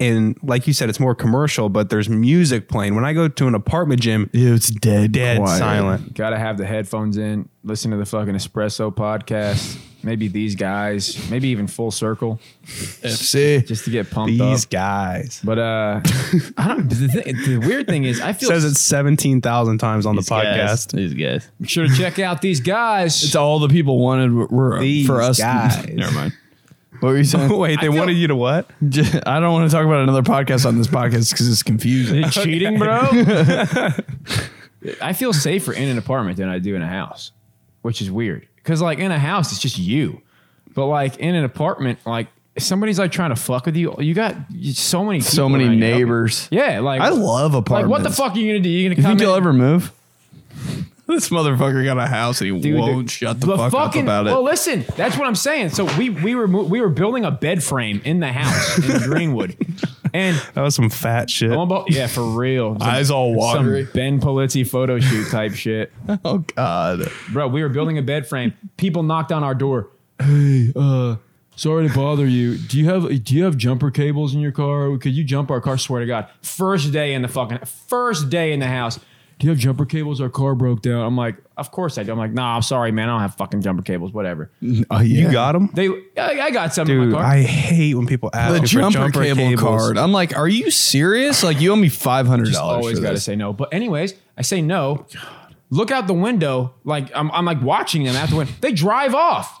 Speaker 1: and like you said, it's more commercial, but there's music playing. When I go to an apartment gym,
Speaker 3: Ew, it's dead,
Speaker 1: dead
Speaker 3: quiet.
Speaker 1: silent.
Speaker 2: Got to have the headphones in. Listen to the fucking espresso podcast. Maybe these guys. Maybe even full circle.
Speaker 3: FC
Speaker 2: just to get pumped
Speaker 1: These
Speaker 2: up.
Speaker 1: guys
Speaker 2: But uh, I don't. The, thing, the weird thing is, I feel
Speaker 1: says it seventeen thousand times on the podcast.
Speaker 3: These guys.
Speaker 2: Make sure to check out these guys.
Speaker 3: It's all the people wanted were- were
Speaker 1: These
Speaker 3: for us.
Speaker 1: guys.
Speaker 3: Never mind. What were you saying?
Speaker 1: Wait, they
Speaker 2: feel-
Speaker 1: wanted you to what?
Speaker 3: J- I don't want to talk about another podcast on this podcast because it's confusing.
Speaker 2: Is it cheating, bro. I feel safer in an apartment than I do in a house, which is weird. Because like in a house, it's just you, but like in an apartment, like if somebody's like trying to fuck with you, you got so many,
Speaker 3: So
Speaker 2: people
Speaker 3: many
Speaker 2: around you.
Speaker 3: neighbors.
Speaker 2: Yeah, like
Speaker 3: I love
Speaker 2: Like
Speaker 3: apartments.
Speaker 2: what the fuck are you gonna do? You gonna
Speaker 3: You
Speaker 2: come
Speaker 3: think you'll
Speaker 2: in-
Speaker 3: ever move? This motherfucker got a house and he
Speaker 2: Dude,
Speaker 3: won't shut the, fuck
Speaker 2: fucking-
Speaker 3: up about it.
Speaker 2: Well, listen, that's what I'm saying. So we we were mo- we were building a bed frame in the house in Greenwood, and
Speaker 1: That was some fat shit.
Speaker 2: I'm about- yeah, for real, Some-
Speaker 3: Eyes all watery.
Speaker 2: some Ben Polizzi photo shoot type shit,
Speaker 3: oh god.
Speaker 2: bro. We were building a bed frame. People knocked on our door. Hey, uh, sorry to bother you. Do you have do you have jumper cables in your car? Could you jump our car? Swear to God, first day in the fucking first day in the house. Do you have jumper cables? Our car broke down. I'm like, of course I do. I'm like, nah, I'm sorry, man. I don't have fucking jumper cables. Whatever.
Speaker 3: Oh yeah.
Speaker 1: You got them,
Speaker 2: They, I, I got some in
Speaker 1: dude.
Speaker 2: my car.
Speaker 1: I hate when people ask
Speaker 3: the
Speaker 1: you for
Speaker 3: jumper, cable
Speaker 1: cables.
Speaker 3: card. I'm like, are you serious? Like you owe me five hundred
Speaker 2: Just
Speaker 3: dollars
Speaker 2: always
Speaker 3: for
Speaker 2: got to
Speaker 3: this. Oh,
Speaker 2: say no. But anyways, I say no. look out the window. Like I'm, I'm like watching them out the window. They drive off.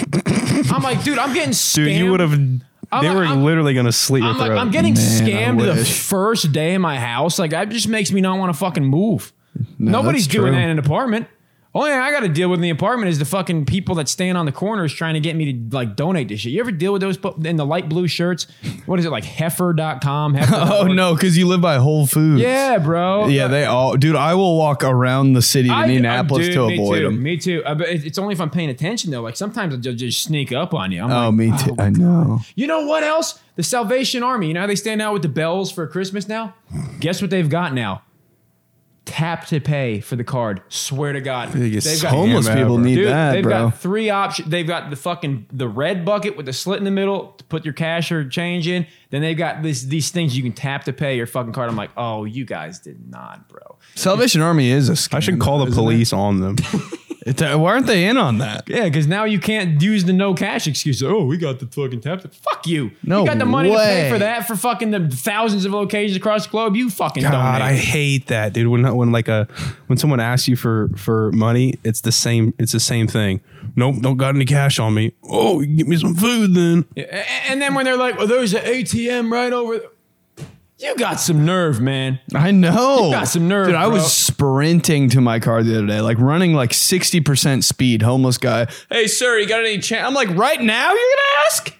Speaker 2: I'm like, dude, I'm getting scammed.
Speaker 1: Dude, you would have.
Speaker 2: I'm
Speaker 1: They
Speaker 2: like-
Speaker 1: were
Speaker 2: I'm-
Speaker 1: literally going to slit your
Speaker 2: I'm like,
Speaker 1: throat.
Speaker 2: I'm getting
Speaker 3: Man, I
Speaker 2: scammed the
Speaker 3: wish.
Speaker 2: first day in my house. Like that just makes me not want to fucking move. Nobody's
Speaker 3: that's
Speaker 2: doing
Speaker 3: true.
Speaker 2: that in an apartment. Only thing I got to deal with in the apartment is the fucking people that stand on the corners trying to get me to like donate this shit. You ever deal with those po- in the light blue shirts? What is it like heifer.com? Heifer.
Speaker 3: Oh no, because you live by Whole Foods.
Speaker 2: Yeah, bro.
Speaker 3: Yeah, they all, dude. I will walk around the city of
Speaker 2: I- uh,
Speaker 3: Indianapolis
Speaker 2: dude,
Speaker 3: to
Speaker 2: me
Speaker 3: avoid
Speaker 2: too,
Speaker 3: them.
Speaker 2: Me too. Uh, but it- it's only if I'm paying attention though. Like sometimes they'll just sneak up on you. I'm
Speaker 3: Oh,
Speaker 2: like,
Speaker 3: me too. I know.
Speaker 2: You know what else? The Salvation Army. You know how they stand out with the bells for Christmas now? Guess what they've got now? Tap to pay for the card. Swear to God.
Speaker 1: Biggest
Speaker 2: They've got,
Speaker 1: homo-
Speaker 3: Homeless
Speaker 1: Yeah,
Speaker 3: people
Speaker 1: bro.
Speaker 3: need
Speaker 2: dude,
Speaker 3: that,
Speaker 2: they've
Speaker 3: bro.
Speaker 2: got three options. They've got the fucking the red bucket with the slit in the middle to put your cash or change in. Then they've got this these things you can tap to pay your fucking card. I'm like, oh, you guys did not, bro.
Speaker 3: Salvation Army is a scam.
Speaker 1: I should call the
Speaker 3: isn't it?
Speaker 1: police on them.
Speaker 3: It's a- why aren't they in on that?
Speaker 2: Yeah, because now you can't use the no cash excuse. Oh, we got the fucking tap. to- Fuck you.
Speaker 3: No
Speaker 2: you got the money to
Speaker 3: way.
Speaker 2: pay for that for fucking the thousands of locations across the globe. You fucking
Speaker 1: God,
Speaker 2: donate.
Speaker 1: I hate that, dude. When when like a when someone asks you for for money, it's the same. It's the same thing. Nope, don't got any cash on me. Oh, you give me some food then.
Speaker 2: Yeah, a- And then when they're like, well, there's an ATM right over. th-" You got some nerve, man.
Speaker 3: I know.
Speaker 2: You got some nerve,
Speaker 3: Dude, I
Speaker 2: bro.
Speaker 3: was sprinting to my car the other day, like running like 60% speed, homeless guy. Hey, sir, you got any chance? I'm like, right now you're going to ask?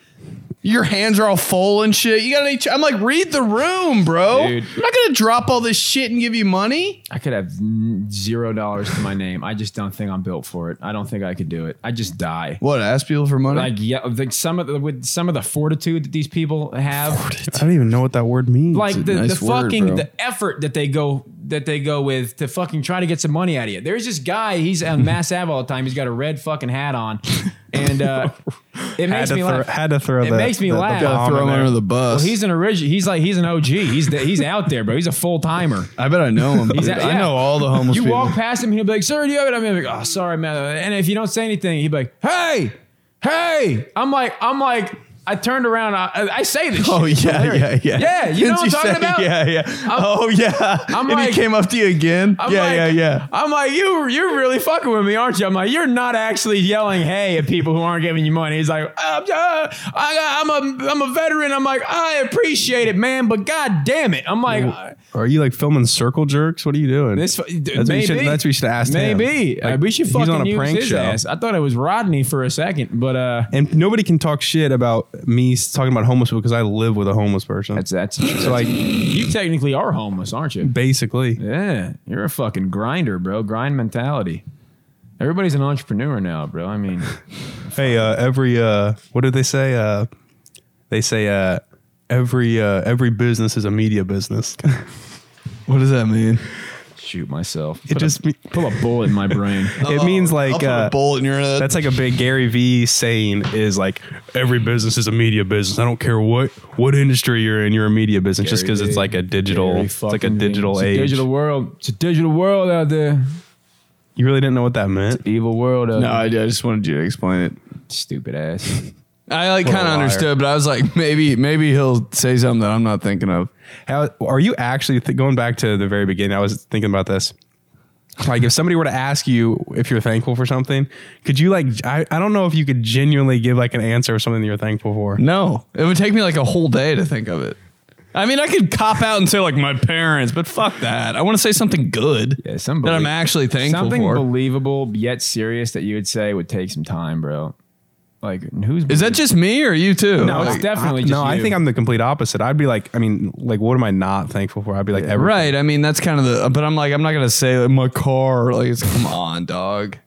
Speaker 3: Your hands are all full and shit. You got any? Ch-? I'm like, read the room, bro.
Speaker 2: Dude.
Speaker 3: I'm not gonna drop all this shit and give you money.
Speaker 2: I could have n- zero dollars to my name. I just don't think I'm built for it. I don't think I could do it. I just die.
Speaker 3: What? Ask people for money?
Speaker 2: Like yeah, like some of the with some of the fortitude that these people have.
Speaker 1: I don't even know what that word means.
Speaker 2: like the,
Speaker 3: nice
Speaker 2: the
Speaker 3: word,
Speaker 2: fucking
Speaker 3: bro.
Speaker 2: the effort that they go that they go with to fucking try to get some money out of you. There's this guy, he's on Mass Ave all the time. He's got a red fucking hat on, and uh,
Speaker 1: had
Speaker 2: it makes
Speaker 1: to
Speaker 2: me
Speaker 1: throw,
Speaker 2: laugh.
Speaker 1: had to throw.
Speaker 2: It
Speaker 1: the-
Speaker 2: makes me
Speaker 1: the- the bomb
Speaker 2: laugh.
Speaker 3: Gotta
Speaker 1: in
Speaker 3: throw him
Speaker 1: there.
Speaker 3: under the bus.
Speaker 2: Well, he's an original. He's like he's an OG. He's the, he's out there, bro. He's a full timer.
Speaker 3: I bet I know him.
Speaker 2: He's
Speaker 3: dude.
Speaker 2: a-
Speaker 3: I
Speaker 2: yeah.
Speaker 3: know all the homeless
Speaker 2: You
Speaker 3: people.
Speaker 2: walk past him, he'll be like, "Sir, do you have it?" I'm like, "Oh, sorry, man." And if you don't say anything, he'd be like, "Hey, hey!" I'm like, I'm like, I turned around. I, I say this.
Speaker 3: Oh
Speaker 2: shit. It's
Speaker 3: yeah, yeah,
Speaker 2: hilarious.
Speaker 3: yeah.
Speaker 2: yeah. You know what I'm
Speaker 3: Didn't
Speaker 2: talking
Speaker 3: say-
Speaker 2: about?
Speaker 3: Yeah, yeah. oh yeah.
Speaker 2: I'm
Speaker 3: and
Speaker 2: like-
Speaker 3: he came up to you again.
Speaker 2: I'm
Speaker 3: yeah,
Speaker 2: like-
Speaker 3: yeah, yeah.
Speaker 2: I'm like, you, you're really fucking with me, aren't you? I'm like, you're not actually yelling hey at people who aren't giving you money. He's like, I'm, uh, I, I'm a, I'm a veteran. I'm like, I appreciate it, man, but god damn it, I'm like, uh,
Speaker 1: Are you like filming circle jerks? What are you doing?
Speaker 2: this,
Speaker 1: that's
Speaker 2: maybe,
Speaker 1: what you should, that's what you should ask. him.
Speaker 2: maybe
Speaker 1: Like,
Speaker 2: Uh, we should
Speaker 1: he's
Speaker 2: fucking
Speaker 1: on a
Speaker 2: use
Speaker 1: prank
Speaker 2: his
Speaker 1: show.
Speaker 2: ass. I thought it was Rodney for a second, but uh,
Speaker 1: And nobody can talk shit about me talking about homeless people because I live with a homeless person.
Speaker 2: that's that's, that's like,
Speaker 1: like-
Speaker 2: you technically are homeless, aren't you?
Speaker 1: basically.
Speaker 2: Yeah, you're a fucking grinder, bro. Grind mentality. Everybody's an entrepreneur now, bro. I mean.
Speaker 1: Hey, uh, every uh, what did they say? Uh, they say uh, every uh, every business is a media business.
Speaker 3: What does that mean?
Speaker 2: shoot myself.
Speaker 1: It
Speaker 2: Put
Speaker 1: just
Speaker 2: a, Oh,
Speaker 1: me-
Speaker 2: pull a bullet in my brain.
Speaker 1: it means like uh,
Speaker 3: bullet in your head.
Speaker 1: that's like a big Gary V saying is like every business is a media business. I don't care what what industry you're in, you're a media business just
Speaker 2: Gary
Speaker 1: because it's
Speaker 2: V.
Speaker 1: like a digital,
Speaker 2: Very
Speaker 1: it's like a
Speaker 2: fucking
Speaker 1: digital
Speaker 2: it's a
Speaker 1: age.
Speaker 2: digital world. It's a digital world out there.
Speaker 1: You really didn't know what that meant.
Speaker 2: Evil world. Out
Speaker 3: no,
Speaker 2: there.
Speaker 3: I, I just wanted you to explain it.
Speaker 2: Stupid ass.
Speaker 3: I like
Speaker 1: a
Speaker 3: kind of
Speaker 1: liar.
Speaker 3: understood, but I was like, maybe, maybe he'll say something that I'm not thinking of.
Speaker 1: How are you actually th- going back to the very beginning? I was thinking about this. Like, if somebody were to ask you if you're thankful for something, could you like? I, I don't know if you could genuinely give like an answer of something that you're thankful for.
Speaker 3: No, it would take me like a whole day to think of it. I mean, I could cop out and say like my parents, but fuck that. I want to say something good
Speaker 2: Yeah, some
Speaker 3: that I'm
Speaker 2: belie-
Speaker 3: actually thankful
Speaker 2: Something
Speaker 3: for.
Speaker 2: believable yet serious that you would say would take some time, bro. Like who's
Speaker 3: Is that just me or you too?
Speaker 2: No, it's
Speaker 3: Like,
Speaker 2: definitely
Speaker 1: I,
Speaker 2: just
Speaker 1: no. I
Speaker 2: you.
Speaker 1: think I'm the complete opposite. I'd be like, I mean, like, what am I not thankful for? I'd be like, everything.
Speaker 3: right. I mean, that's kind of the. But I'm like, I'm not gonna say like, my car. Like, it's come on, dog.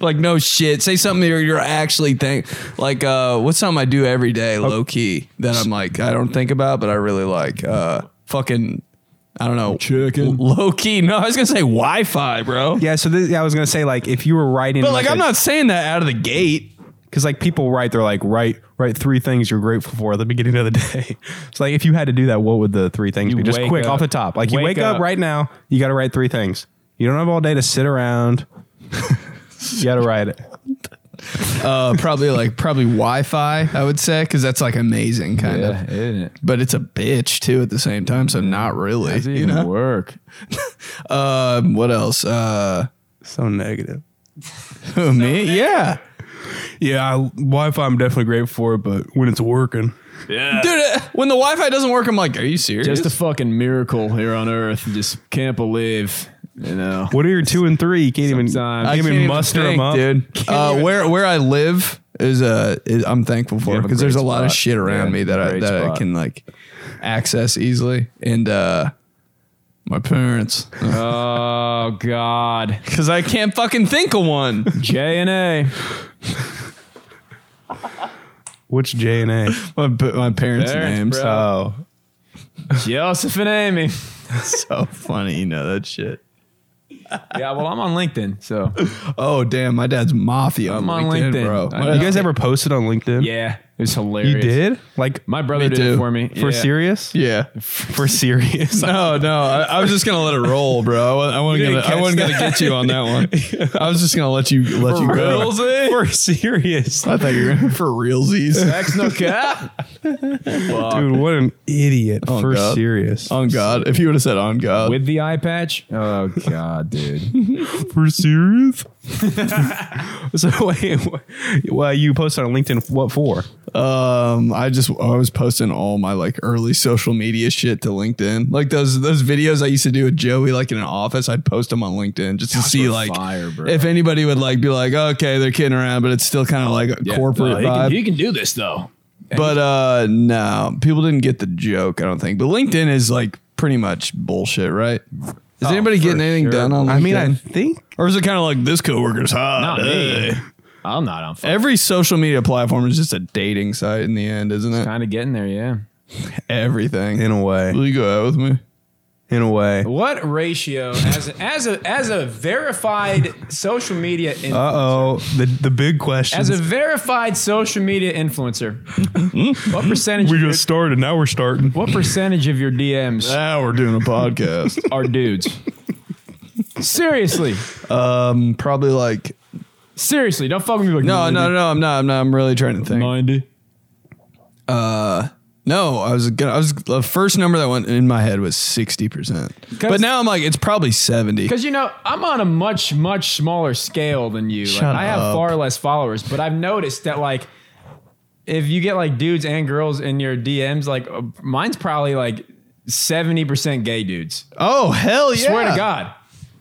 Speaker 3: Like no shit. Say something you're, you're actually think. Like, uh, what's something I do every day, low key, that I'm like I don't think about, but I really like. Uh, fucking, I don't know, chicken. Low key. No, I was gonna say Wi-Fi, bro.
Speaker 1: Yeah. So this, yeah, I was gonna say like, if you were writing,
Speaker 3: But like, I'm not saying that out of the gate.
Speaker 1: because like people write, they're like write write three things you're grateful for at the beginning of the day. It's like if you had to do that, what would the three things
Speaker 2: You
Speaker 1: be? Just
Speaker 2: wake
Speaker 1: quick
Speaker 2: up.
Speaker 1: off the top. Like
Speaker 2: Wake
Speaker 1: you wake up.
Speaker 2: up.
Speaker 1: right now, you got to write three things. You don't have all day to sit around. you got to write it.
Speaker 3: Uh, probably like probably Wi-Fi. I would say because that's like amazing kind
Speaker 2: Yeah,
Speaker 3: of.
Speaker 2: isn't it?
Speaker 3: But it's a bitch too at the same time, so not really.
Speaker 2: Doesn't
Speaker 3: You
Speaker 2: even
Speaker 3: know.
Speaker 2: work.
Speaker 3: Um, what else? Uh,
Speaker 1: So negative.
Speaker 3: who, me? Yeah.
Speaker 1: Yeah, I, Wi-Fi. I'm definitely grateful for it, but when it's working,
Speaker 2: Yeah.
Speaker 3: Dude, uh, when the Wi-Fi doesn't work, I'm like, are you serious?
Speaker 2: Just a fucking miracle here on earth. Just can't believe, you know.
Speaker 1: what are your two and three? You can't even
Speaker 2: Sometimes.
Speaker 1: can't
Speaker 2: I
Speaker 1: even
Speaker 2: can't even
Speaker 1: muster them
Speaker 3: think,
Speaker 1: up,
Speaker 3: dude. Uh, where where I live is uh is, I'm thankful for
Speaker 2: have a
Speaker 3: because there's a
Speaker 2: great
Speaker 3: lot of
Speaker 2: spot.
Speaker 3: shit around
Speaker 2: Yeah,
Speaker 3: me that I
Speaker 2: great
Speaker 3: that I
Speaker 2: spot.
Speaker 3: can like access easily and uh my parents
Speaker 2: Oh God,
Speaker 3: because I can't fucking think of one.
Speaker 2: J and A.
Speaker 1: Which J and A?
Speaker 3: my, p- my parents'
Speaker 2: Parents,
Speaker 3: names.
Speaker 2: bro.
Speaker 3: Oh,
Speaker 2: Joseph and Amy.
Speaker 3: so funny, you know that shit.
Speaker 2: Yeah, well, I'm on LinkedIn, so
Speaker 3: Oh damn, my dad's mafia.
Speaker 2: I'm on LinkedIn.
Speaker 3: bro.
Speaker 2: I
Speaker 1: You
Speaker 2: know.
Speaker 1: guys ever posted on LinkedIn?
Speaker 2: yeah, it's
Speaker 1: you
Speaker 2: hilarious.
Speaker 1: did. Like
Speaker 2: My brother
Speaker 3: Me
Speaker 2: did
Speaker 3: too.
Speaker 2: it for me
Speaker 1: for
Speaker 2: yeah.
Speaker 1: serious?
Speaker 3: Yeah.
Speaker 1: For serious.
Speaker 3: No, no. I, I was just gonna let it roll, bro. I, wa- I wasn't
Speaker 1: didn't
Speaker 3: gonna. I
Speaker 1: catch
Speaker 3: wasn't gonna get you on that one. I was just gonna let you let you go.
Speaker 1: for serious.
Speaker 3: I thought you were for realsies.
Speaker 2: Facts no cap. Fuck. Oh, Uh,
Speaker 1: Dude, what an idiot. for
Speaker 3: God.
Speaker 1: serious.
Speaker 3: on God, if you would have said on God,
Speaker 2: With the eye patch. Oh God, dude.
Speaker 1: For serious? so wait, wh- well, you posted on LinkedIn what for?
Speaker 3: um, I just I was posting all my like early social media shit to LinkedIn, like those those videos I used to do with Joey, like in an office. I'd post them on LinkedIn just to see
Speaker 2: were
Speaker 3: like
Speaker 2: fire, bro.
Speaker 3: if anybody would like be like, okay, they're kidding around, but it's still kind of like a corporate
Speaker 2: he,
Speaker 3: vibe.
Speaker 2: can, he can do this though.
Speaker 3: But uh no, people didn't get the joke, I don't think. But LinkedIn is like pretty much bullshit, right? Is anybody
Speaker 2: Oh, for
Speaker 3: getting anything
Speaker 2: sure.
Speaker 3: done on LinkedIn?
Speaker 1: I mean, I think
Speaker 3: or is it kind of like this coworker's hot?
Speaker 2: Not me.
Speaker 3: eh?
Speaker 2: I'm not on. Fuck.
Speaker 3: Every social media platform is just a dating site in the end, isn't it?
Speaker 2: Kind of getting there, yeah.
Speaker 3: Everything.
Speaker 1: in a way,
Speaker 3: Will you go out with me?
Speaker 1: in a way.
Speaker 2: What ratio as as a as a verified social media in,
Speaker 1: Uh oh, the the big question.
Speaker 2: as a verified social media influencer, what percentage? Of your,
Speaker 1: started. Now we're starting.
Speaker 2: what percentage of your DMs
Speaker 3: Now we're doing a podcast.
Speaker 2: are dudes? Seriously,
Speaker 3: um, probably like
Speaker 2: seriously, don't fuck with me. Like,
Speaker 3: no, no, no, I'm not. I'm not. I'm really trying to think.
Speaker 2: ninety.
Speaker 3: No, I was gonna. I was the first number that went in my head was sixty percent, but now I'm like it's probably seventy.
Speaker 2: Because you know, I'm on a much much smaller scale than you. Like,
Speaker 3: Shut
Speaker 2: I have
Speaker 3: up.
Speaker 2: far less followers, but I've noticed that like. If you get like dudes and girls in your DMs, like uh, mine's probably like seventy percent gay dudes.
Speaker 3: Oh hell yeah!
Speaker 2: Swear to God.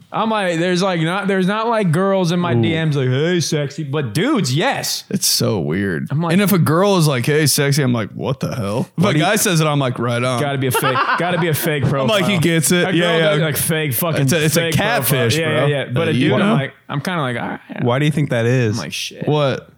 Speaker 2: I'm like, there's like not there's not like girls in my DMs like, hey, sexy, but dudes, yes.
Speaker 3: It's so weird.
Speaker 2: I'm like-
Speaker 3: and if a girl is like, "Hey, sexy," I'm like, "What the hell?" If a guy says it, I'm like, "Right on."
Speaker 2: Gotta be a fake, gotta be a fake profile.
Speaker 3: like, he gets it.
Speaker 2: A girl
Speaker 3: Yeah, yeah.
Speaker 2: does, Like fake fucking.
Speaker 3: It's a- it's a
Speaker 2: fake
Speaker 3: catfish,
Speaker 2: profile.
Speaker 3: bro.
Speaker 2: Yeah, yeah, yeah. But
Speaker 3: Uh,
Speaker 2: a
Speaker 3: you
Speaker 2: dude,
Speaker 3: know?
Speaker 2: I'm like, I'm kind of like, all right.
Speaker 1: Why do you think that is?
Speaker 2: I'm like shit.
Speaker 3: what?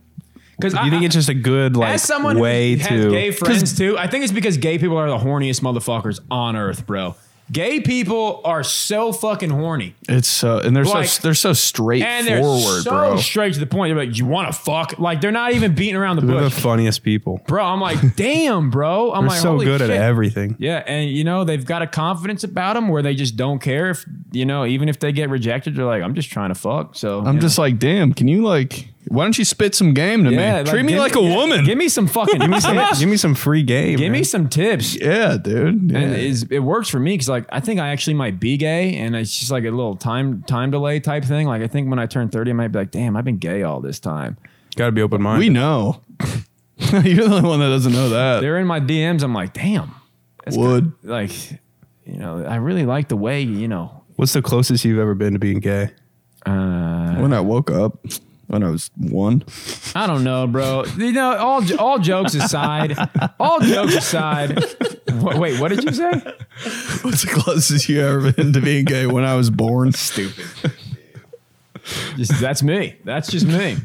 Speaker 2: Because
Speaker 1: do you think it's just a good like
Speaker 2: Oh as someone
Speaker 1: way
Speaker 2: who has
Speaker 1: to?
Speaker 2: gay friends too, I think it's because gay people are the horniest motherfuckers on earth, bro. Gay people are so fucking horny.
Speaker 3: It's so and they're
Speaker 2: Like-
Speaker 3: so they're so
Speaker 2: And they're
Speaker 3: straightforward,
Speaker 2: so
Speaker 3: bro.
Speaker 2: straight to the point. They're like, you want to fuck? Like, they're not even beating around the
Speaker 1: They're the
Speaker 2: bush.
Speaker 1: funniest people.
Speaker 2: bro. I'm like, damn, bro. I'm
Speaker 1: They're
Speaker 2: like,
Speaker 1: so
Speaker 2: holy
Speaker 1: good
Speaker 2: shit.
Speaker 1: at everything.
Speaker 2: Yeah, and you know they've got a confidence about them where they just don't care if you know even if they get rejected, they're like, I'm just trying to fuck. So
Speaker 3: I'm just like, damn. Can you like? Why don't you spit some game to me? Treat me
Speaker 2: give
Speaker 3: like a
Speaker 2: yeah,
Speaker 3: woman.
Speaker 2: Give me some fucking. give me some.
Speaker 1: Give me some free game.
Speaker 2: give
Speaker 1: man.
Speaker 2: me some tips.
Speaker 3: yeah, dude. Yeah.
Speaker 2: And is it works for me because like I think I actually might be gay, and it's just like a little time time delay type thing. Like I think when I turn thirty, I might be like, damn, I've been gay all this time.
Speaker 1: Gotta be open minded.
Speaker 3: we know. You're the only one that doesn't know that.
Speaker 2: They're in my DMs. I'm like, damn,
Speaker 3: Would
Speaker 2: like you know, I really like the way you know.
Speaker 1: What's the closest you've ever been to being gay?
Speaker 2: Uh,
Speaker 3: when I woke up when I was one.
Speaker 2: I don't know, bro. You know, all all jokes aside, all jokes aside. Wha- wait, what did you say?
Speaker 3: What's the closest you ever been to being gay when I was born? Stupid.
Speaker 2: Just, that's me. That's just me.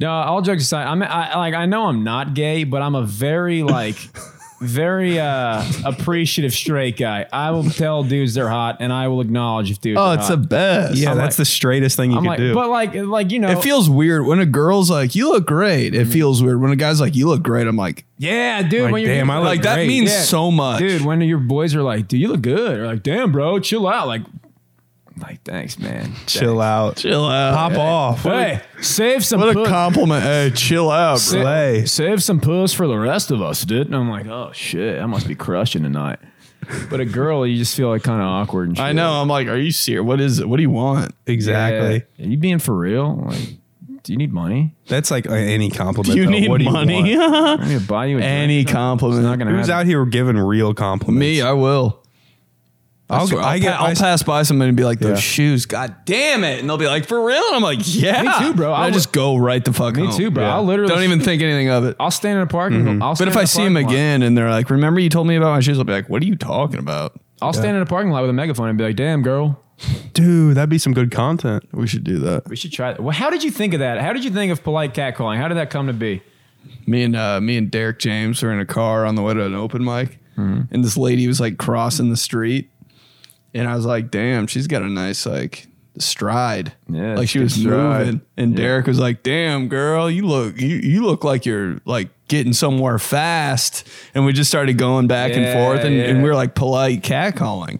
Speaker 2: No, all jokes aside, I'm I, like I know I'm not gay, but I'm a very like very uh appreciative straight guy. I will tell dudes they're hot, and I will acknowledge if dudes.
Speaker 3: Oh,
Speaker 2: are
Speaker 3: it's
Speaker 2: hot.
Speaker 3: the best.
Speaker 1: Yeah,
Speaker 2: I'm
Speaker 1: that's
Speaker 2: like-
Speaker 1: the straightest thing you
Speaker 2: I'm
Speaker 1: could
Speaker 2: like,
Speaker 1: do.
Speaker 2: but like, like you know,
Speaker 3: It feels weird when a girl's like, "You look great." It feels weird when a guy's like, "You look great." I'm like,
Speaker 2: yeah, dude.
Speaker 1: Like,
Speaker 2: when you're
Speaker 1: damn, I look
Speaker 3: like that
Speaker 1: great.
Speaker 3: means
Speaker 2: Yeah.
Speaker 3: so much,
Speaker 2: dude, when your boys are like, "Do you look good?" Or like, "Damn, bro, chill out." Like, Like, thanks, man.
Speaker 1: Chill out.
Speaker 3: Chill
Speaker 1: Pop
Speaker 3: out.
Speaker 1: off.
Speaker 2: Hey, save some
Speaker 3: What a
Speaker 2: puss-
Speaker 3: compliment. Hey, chill out,
Speaker 2: sa-
Speaker 3: bro.
Speaker 1: Slay.
Speaker 2: Save some puss for the rest of us, dude. And I'm like, oh shit, I must be crushing tonight. But a girl, you just feel like kind of awkward. And shit.
Speaker 3: I know. I'm like, are you serious? What is it? What do you want?
Speaker 1: Exactly.
Speaker 2: Yeah. Are you being for real? Like, do you need money?
Speaker 1: That's like uh, any compliment.
Speaker 3: Do you
Speaker 1: though.
Speaker 3: need
Speaker 1: what do
Speaker 3: money?
Speaker 1: You want?
Speaker 2: I'm gonna buy you a drink.
Speaker 3: Any compliment.
Speaker 2: Not gonna
Speaker 1: Who's
Speaker 2: happen.
Speaker 1: out here giving real compliments?
Speaker 3: Me, I will.
Speaker 1: I'll,
Speaker 3: I'll,
Speaker 1: I get.
Speaker 3: pa- I'll
Speaker 1: I-
Speaker 3: pass by somebody and be like, those
Speaker 1: Yeah.
Speaker 3: shoes, god damn it. And they'll be like, for real? And I'm like, yeah.
Speaker 2: Me too, bro.
Speaker 3: And I,
Speaker 2: I'll-
Speaker 3: just go right the fuck
Speaker 2: Me
Speaker 3: home.
Speaker 2: too, bro.
Speaker 1: Yeah.
Speaker 2: I'll literally
Speaker 3: Don't even think anything of it.
Speaker 2: I'll stand in a parking. I'll
Speaker 3: Mm-hmm. But
Speaker 2: stand
Speaker 3: if
Speaker 2: in
Speaker 3: I
Speaker 2: a
Speaker 3: see him
Speaker 2: parking lot.
Speaker 3: again and they're like, remember you told me about my shoes? I'll be like, what are you talking about?
Speaker 2: I'll stand in a parking lot with a megaphone and be like, "Damn, girl,
Speaker 1: dude, that'd be some good content.
Speaker 3: We should do that.
Speaker 2: we should try." That. Well, how did you think of that? How did you think of polite catcalling? How did that come to be?
Speaker 3: me and uh, me and Derek James were in a car on the way to an open mic,
Speaker 2: Mm-hmm.
Speaker 3: and this lady was like crossing the street, and I was like, "Damn, she's got a nice like stride."
Speaker 2: Yeah,
Speaker 3: like she
Speaker 2: good
Speaker 3: was
Speaker 2: stride.
Speaker 3: moving, and Derek was like, "Damn, girl, you look you you look like you're like getting somewhere fast." And we just started going back and
Speaker 2: Yeah,
Speaker 3: forth, and, and
Speaker 2: yeah.
Speaker 3: we were like polite catcalling.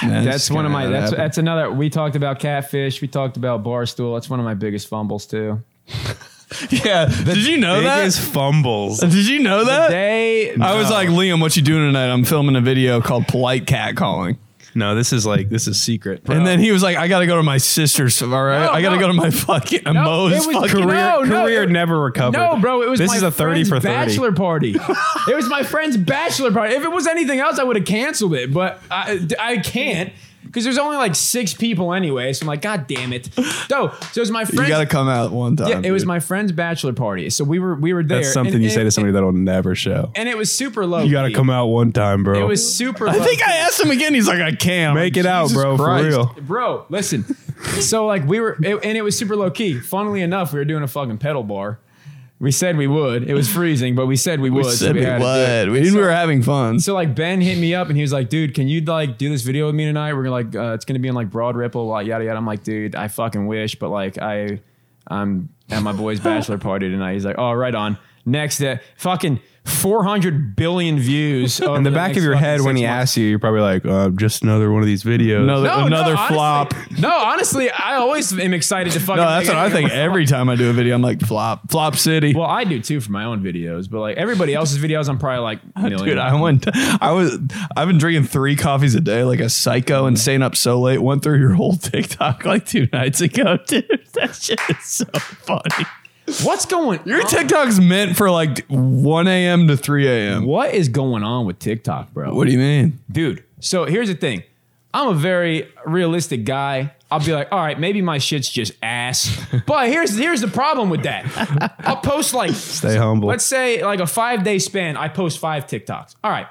Speaker 2: That's, one of my. That's that's another. We talked about catfish. We talked about barstool. That's one of my biggest fumbles too.
Speaker 3: yeah. Did you know that?
Speaker 1: Biggest fumbles.
Speaker 3: Did you know that?
Speaker 2: They.
Speaker 3: I was
Speaker 2: no.
Speaker 3: like, Liam, what you doing tonight? I'm filming a video called Polite Catcalling.
Speaker 1: No, this is like this is secret.
Speaker 3: And then he was like, I gotta go to my sister's, all right?
Speaker 2: No,
Speaker 3: I gotta
Speaker 2: no.
Speaker 3: go to my fucking Mo's
Speaker 2: it was
Speaker 3: fucking
Speaker 1: career
Speaker 2: Oh, No, no,
Speaker 1: career
Speaker 2: it-
Speaker 1: never recovered.
Speaker 2: No, bro, it was
Speaker 1: this
Speaker 2: my
Speaker 1: is a thirty
Speaker 2: friend's
Speaker 1: for thirty.
Speaker 2: bachelor party. it was my friend's bachelor party. If it was anything else, I would have canceled it, but I, I can't because there's only like six people anyway. So I'm like, God damn it. So, so it was my
Speaker 3: You
Speaker 2: friend's.
Speaker 3: gotta come out one time.
Speaker 2: yeah, it was
Speaker 3: dude.
Speaker 2: my friend's bachelor party. So we were we were there.
Speaker 1: That's something
Speaker 2: and-
Speaker 1: you say to
Speaker 2: and-
Speaker 1: somebody that'll never show.
Speaker 2: And it was super low.
Speaker 1: You got to come out one time, bro.
Speaker 2: It was super.
Speaker 3: I think I asked him again. He's like, I can't.
Speaker 1: Make it out, bro. For real.
Speaker 2: bro listen so like we were it, and it was super low key funnily enough we were doing a fucking pedal bar we said we would it was freezing but we said we would
Speaker 3: We
Speaker 2: so
Speaker 3: said we
Speaker 2: had to do it.
Speaker 3: would. We, we were having fun.
Speaker 2: so like ben hit me up and he was like dude can you like do this video with me tonight we're gonna like uh, it's gonna be in like broad ripple like yada yada i'm like dude i fucking wish but like i i'm at my boy's bachelor party tonight he's like oh right on next day fucking 400 billion views
Speaker 1: In the back of your head, when he
Speaker 2: asked.
Speaker 1: asks you, you're probably like, uh, "Just another one of these videos."
Speaker 3: Another- another
Speaker 2: honestly-
Speaker 3: flop.
Speaker 2: no, honestly, I always am excited to fucking.
Speaker 3: no, that's
Speaker 2: make
Speaker 3: what I
Speaker 2: anything.
Speaker 3: think every time I do a video. I'm like, flop, flop city.
Speaker 2: Well, I do too for my own videos, but like everybody else's videos, I'm probably like a million.
Speaker 3: Dude, I went. I was. I've been drinking three coffees a day, like a
Speaker 2: Mm-hmm.
Speaker 3: psycho, and staying up so late. Went through your whole TikTok like two nights ago, dude. That shit is so funny.
Speaker 2: What's going?
Speaker 3: Your
Speaker 2: on?
Speaker 3: TikTok's meant for like 1 a.m. to 3 a.m.
Speaker 2: What is going on with TikTok, bro?
Speaker 3: What do you mean?
Speaker 2: dude. So here's the thing. I'm a very realistic guy. I'll be like, all right, maybe my shit's just ass. But here's here's the problem with that. I'll post like
Speaker 1: Stay humble.
Speaker 2: let's say like a five day span, I post five TikToks. All right.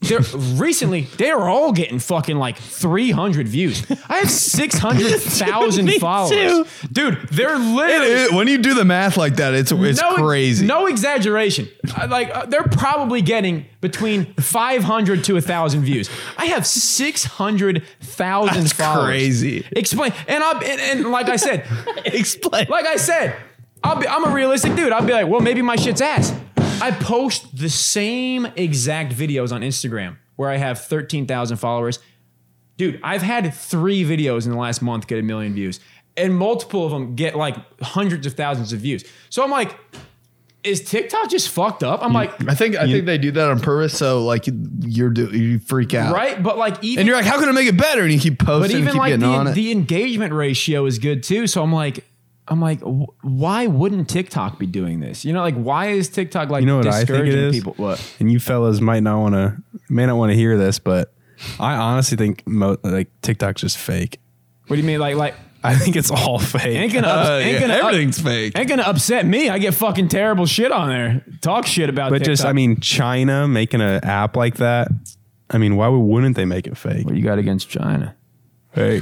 Speaker 2: They're, recently, they were all getting fucking like 300 views. I have 600,000
Speaker 3: Me too.
Speaker 2: followers. Dude, they're literally.
Speaker 3: when you do the math like that, it's it's
Speaker 2: no, ex-
Speaker 3: crazy.
Speaker 2: No exaggeration. Uh, Like uh, they're probably getting between 500 to 1,000 views. I have 600,000
Speaker 3: That's
Speaker 2: followers.
Speaker 3: crazy.
Speaker 2: Explain. And I and, and like I said,
Speaker 3: Explain.
Speaker 2: like I said, I'll be, I'm a realistic dude. I'll be like, well, maybe my shit's ass. I post the same exact videos on Instagram where I have 13,000 followers. Dude, I've had three videos in the last month get a million views, and multiple of them get like hundreds of thousands of views. So I'm like, is TikTok just fucked up? I'm like,
Speaker 3: I think I think they do that on purpose, so like you're do you freak out,
Speaker 2: right? But like, even
Speaker 3: And you're like, how can I make it better? And you keep
Speaker 2: but
Speaker 3: posting, and
Speaker 2: even
Speaker 3: keep
Speaker 2: like
Speaker 3: getting on
Speaker 2: the,
Speaker 3: it.
Speaker 2: the engagement ratio is good too so i'm like i'm like wh- why wouldn't tiktok be doing this you know like why is tiktok like
Speaker 1: You know what I think it
Speaker 2: discouraging
Speaker 1: is?
Speaker 2: people what
Speaker 1: and you fellas might not want to, may not want to hear this, but I honestly think mo- like TikTok's just fake.
Speaker 2: what do you mean like like
Speaker 1: I think it's all
Speaker 2: ain't
Speaker 1: fake.
Speaker 2: gonna, ups-
Speaker 3: Uh,
Speaker 2: ain't,
Speaker 3: yeah,
Speaker 2: gonna up-
Speaker 3: everything's fake.
Speaker 2: ain't gonna upset me i get fucking terrible shit on there talk shit about
Speaker 1: But just, I mean, China making an app like that. I mean, why wouldn't they make it fake?
Speaker 2: what you got against china
Speaker 1: Hey,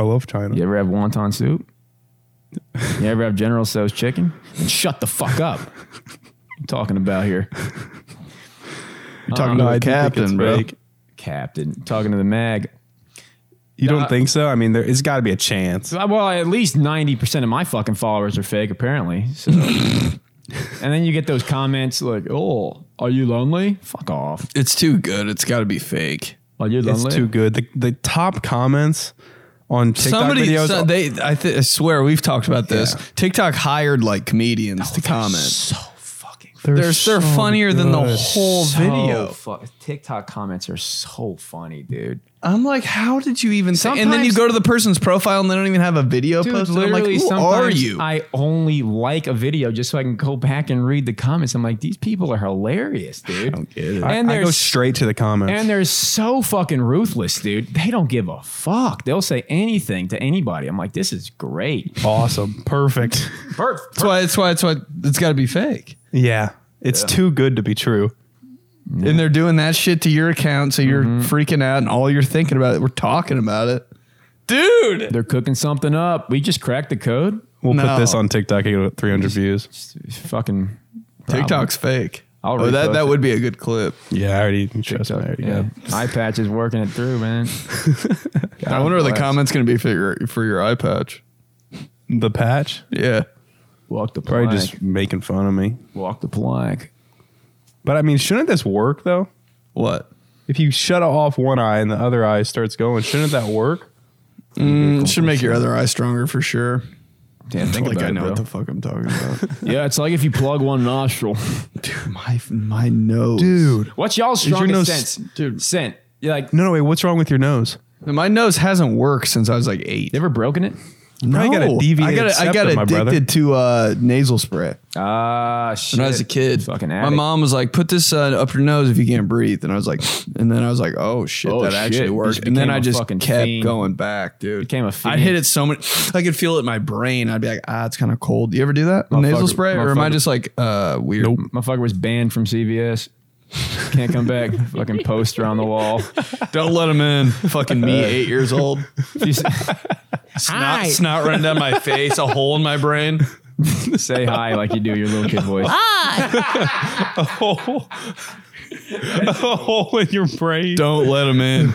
Speaker 1: I love China.
Speaker 2: you ever have wonton soup you ever have general so's chicken shut the fuck up I'm talking about here
Speaker 3: You're talking
Speaker 1: No,
Speaker 3: to
Speaker 1: I
Speaker 3: the
Speaker 1: do think
Speaker 3: captain,
Speaker 1: it's
Speaker 3: bro.
Speaker 1: fake.
Speaker 2: captain talking to the mag
Speaker 1: You
Speaker 2: No, I-
Speaker 1: don't think so? I mean, there, it's got to be a chance.
Speaker 2: Uh, Well, at least ninety percent of my fucking followers are fake, apparently. So. and then you get those comments like, "Oh, are you lonely? Fuck off.
Speaker 3: It's too good. It's got to be fake.
Speaker 2: Are you
Speaker 1: It's
Speaker 2: lonely?
Speaker 1: too good. The, the top comments on TikTok
Speaker 3: Somebody,
Speaker 1: videos.
Speaker 3: so- they, I, th- I swear, we've talked about this.
Speaker 1: Yeah.
Speaker 3: TikTok hired like comedians to comment.
Speaker 2: Oh, So fucking.
Speaker 3: They're, they're funnier than the
Speaker 1: good.
Speaker 3: whole
Speaker 2: so
Speaker 3: video.
Speaker 2: Fuck. TikTok comments are so funny, dude.
Speaker 3: I'm like, how did you even? Say? And then you
Speaker 2: Sometimes-
Speaker 3: go to the person's profile and they don't even have a video
Speaker 2: Dude,
Speaker 3: posted. I'm like,
Speaker 2: literally,
Speaker 3: who
Speaker 2: sometimes
Speaker 3: are you?
Speaker 2: I only like a video just so I can go back and read the comments. I'm like, these people are hilarious, dude.
Speaker 1: and
Speaker 2: And
Speaker 1: I, I
Speaker 2: they're
Speaker 1: go straight to the comments.
Speaker 2: and they're so fucking ruthless, dude. They don't give a fuck. They'll say anything to anybody. I'm like, this is great.
Speaker 1: awesome, perfect.
Speaker 2: Bert,
Speaker 3: that's why. That's why. That's why. It's got to be fake.
Speaker 1: yeah, it's too good to be true.
Speaker 3: And they're doing that shit to your account, so you're
Speaker 2: Mm-hmm.
Speaker 3: freaking out, and all you're thinking about it. We're talking about it, dude.
Speaker 2: they're cooking something up. We just cracked the code.
Speaker 1: We'll
Speaker 3: No.
Speaker 1: put this on TikTok. You get 300 views.
Speaker 2: It's fucking problem.
Speaker 3: TikTok's fake.
Speaker 2: I'll
Speaker 3: oh, that
Speaker 2: repost
Speaker 3: that
Speaker 2: it.
Speaker 3: would be a good clip.
Speaker 1: Yeah, I already trust me. I already
Speaker 2: Yeah.
Speaker 1: know.
Speaker 2: Eye patch is working it through, man.
Speaker 3: I wonder what the
Speaker 2: bless.
Speaker 3: comments going to be for your for your eye patch.
Speaker 1: The patch
Speaker 3: Yeah,
Speaker 2: Walk the
Speaker 1: probably
Speaker 2: plank.
Speaker 1: just making fun of me.
Speaker 2: walk the plank.
Speaker 1: But I mean, shouldn't this work though?
Speaker 3: what?
Speaker 1: If you shut off one eye and the other eye starts going, shouldn't that work?
Speaker 3: It should make your other eye stronger for sure.
Speaker 2: Damn, think
Speaker 3: Like
Speaker 2: about
Speaker 3: I
Speaker 2: it,
Speaker 3: know
Speaker 2: bro.
Speaker 3: what the fuck I'm talking about.
Speaker 2: yeah, it's like if you plug one nostril.
Speaker 3: dude, my my nose,
Speaker 2: What's y'all's
Speaker 1: your
Speaker 2: strongest
Speaker 1: nose-
Speaker 2: sense? Dude. Scent. You're like,
Speaker 1: No, no, wait. What's wrong with your nose?
Speaker 3: My nose hasn't worked since I was like eight.
Speaker 2: you ever broken it?
Speaker 1: probably got a
Speaker 3: I
Speaker 1: deviated
Speaker 3: got, I got
Speaker 1: septum, my brother.
Speaker 3: addicted to uh, nasal spray
Speaker 2: Ah, shit.
Speaker 3: when I was a kid.
Speaker 2: Fucking
Speaker 3: my
Speaker 2: addict.
Speaker 3: mom was like, "Put this uh, up your nose if you can't breathe," and I was like, and then I was like, "Oh shit,
Speaker 2: Oh,
Speaker 3: that
Speaker 2: shit.
Speaker 3: actually
Speaker 2: You
Speaker 3: worked."
Speaker 2: just
Speaker 3: And then
Speaker 2: became
Speaker 3: I
Speaker 2: a
Speaker 3: just
Speaker 2: fucking
Speaker 3: kept
Speaker 2: fiend.
Speaker 3: going back, dude.
Speaker 2: Became a
Speaker 3: I hit
Speaker 2: fiend.
Speaker 3: it so many, I could feel it in my brain. I'd be like, "Ah, it's kind of cold." You ever do that? with Nasal
Speaker 2: Motherfucker-
Speaker 3: spray, or am I
Speaker 2: motherfucker.
Speaker 3: just like uh, weird? Nope.
Speaker 2: Motherfucker was banned from CVS. Can't come back. fucking poster on the wall.
Speaker 3: Don't let him in. Fucking me, eight years old.
Speaker 2: You s-
Speaker 3: Snot, snot running down my face, a hole in my brain.
Speaker 2: say hi like you do your little kid voice.
Speaker 1: a hole in Oh, your brain.
Speaker 3: Don't let him in.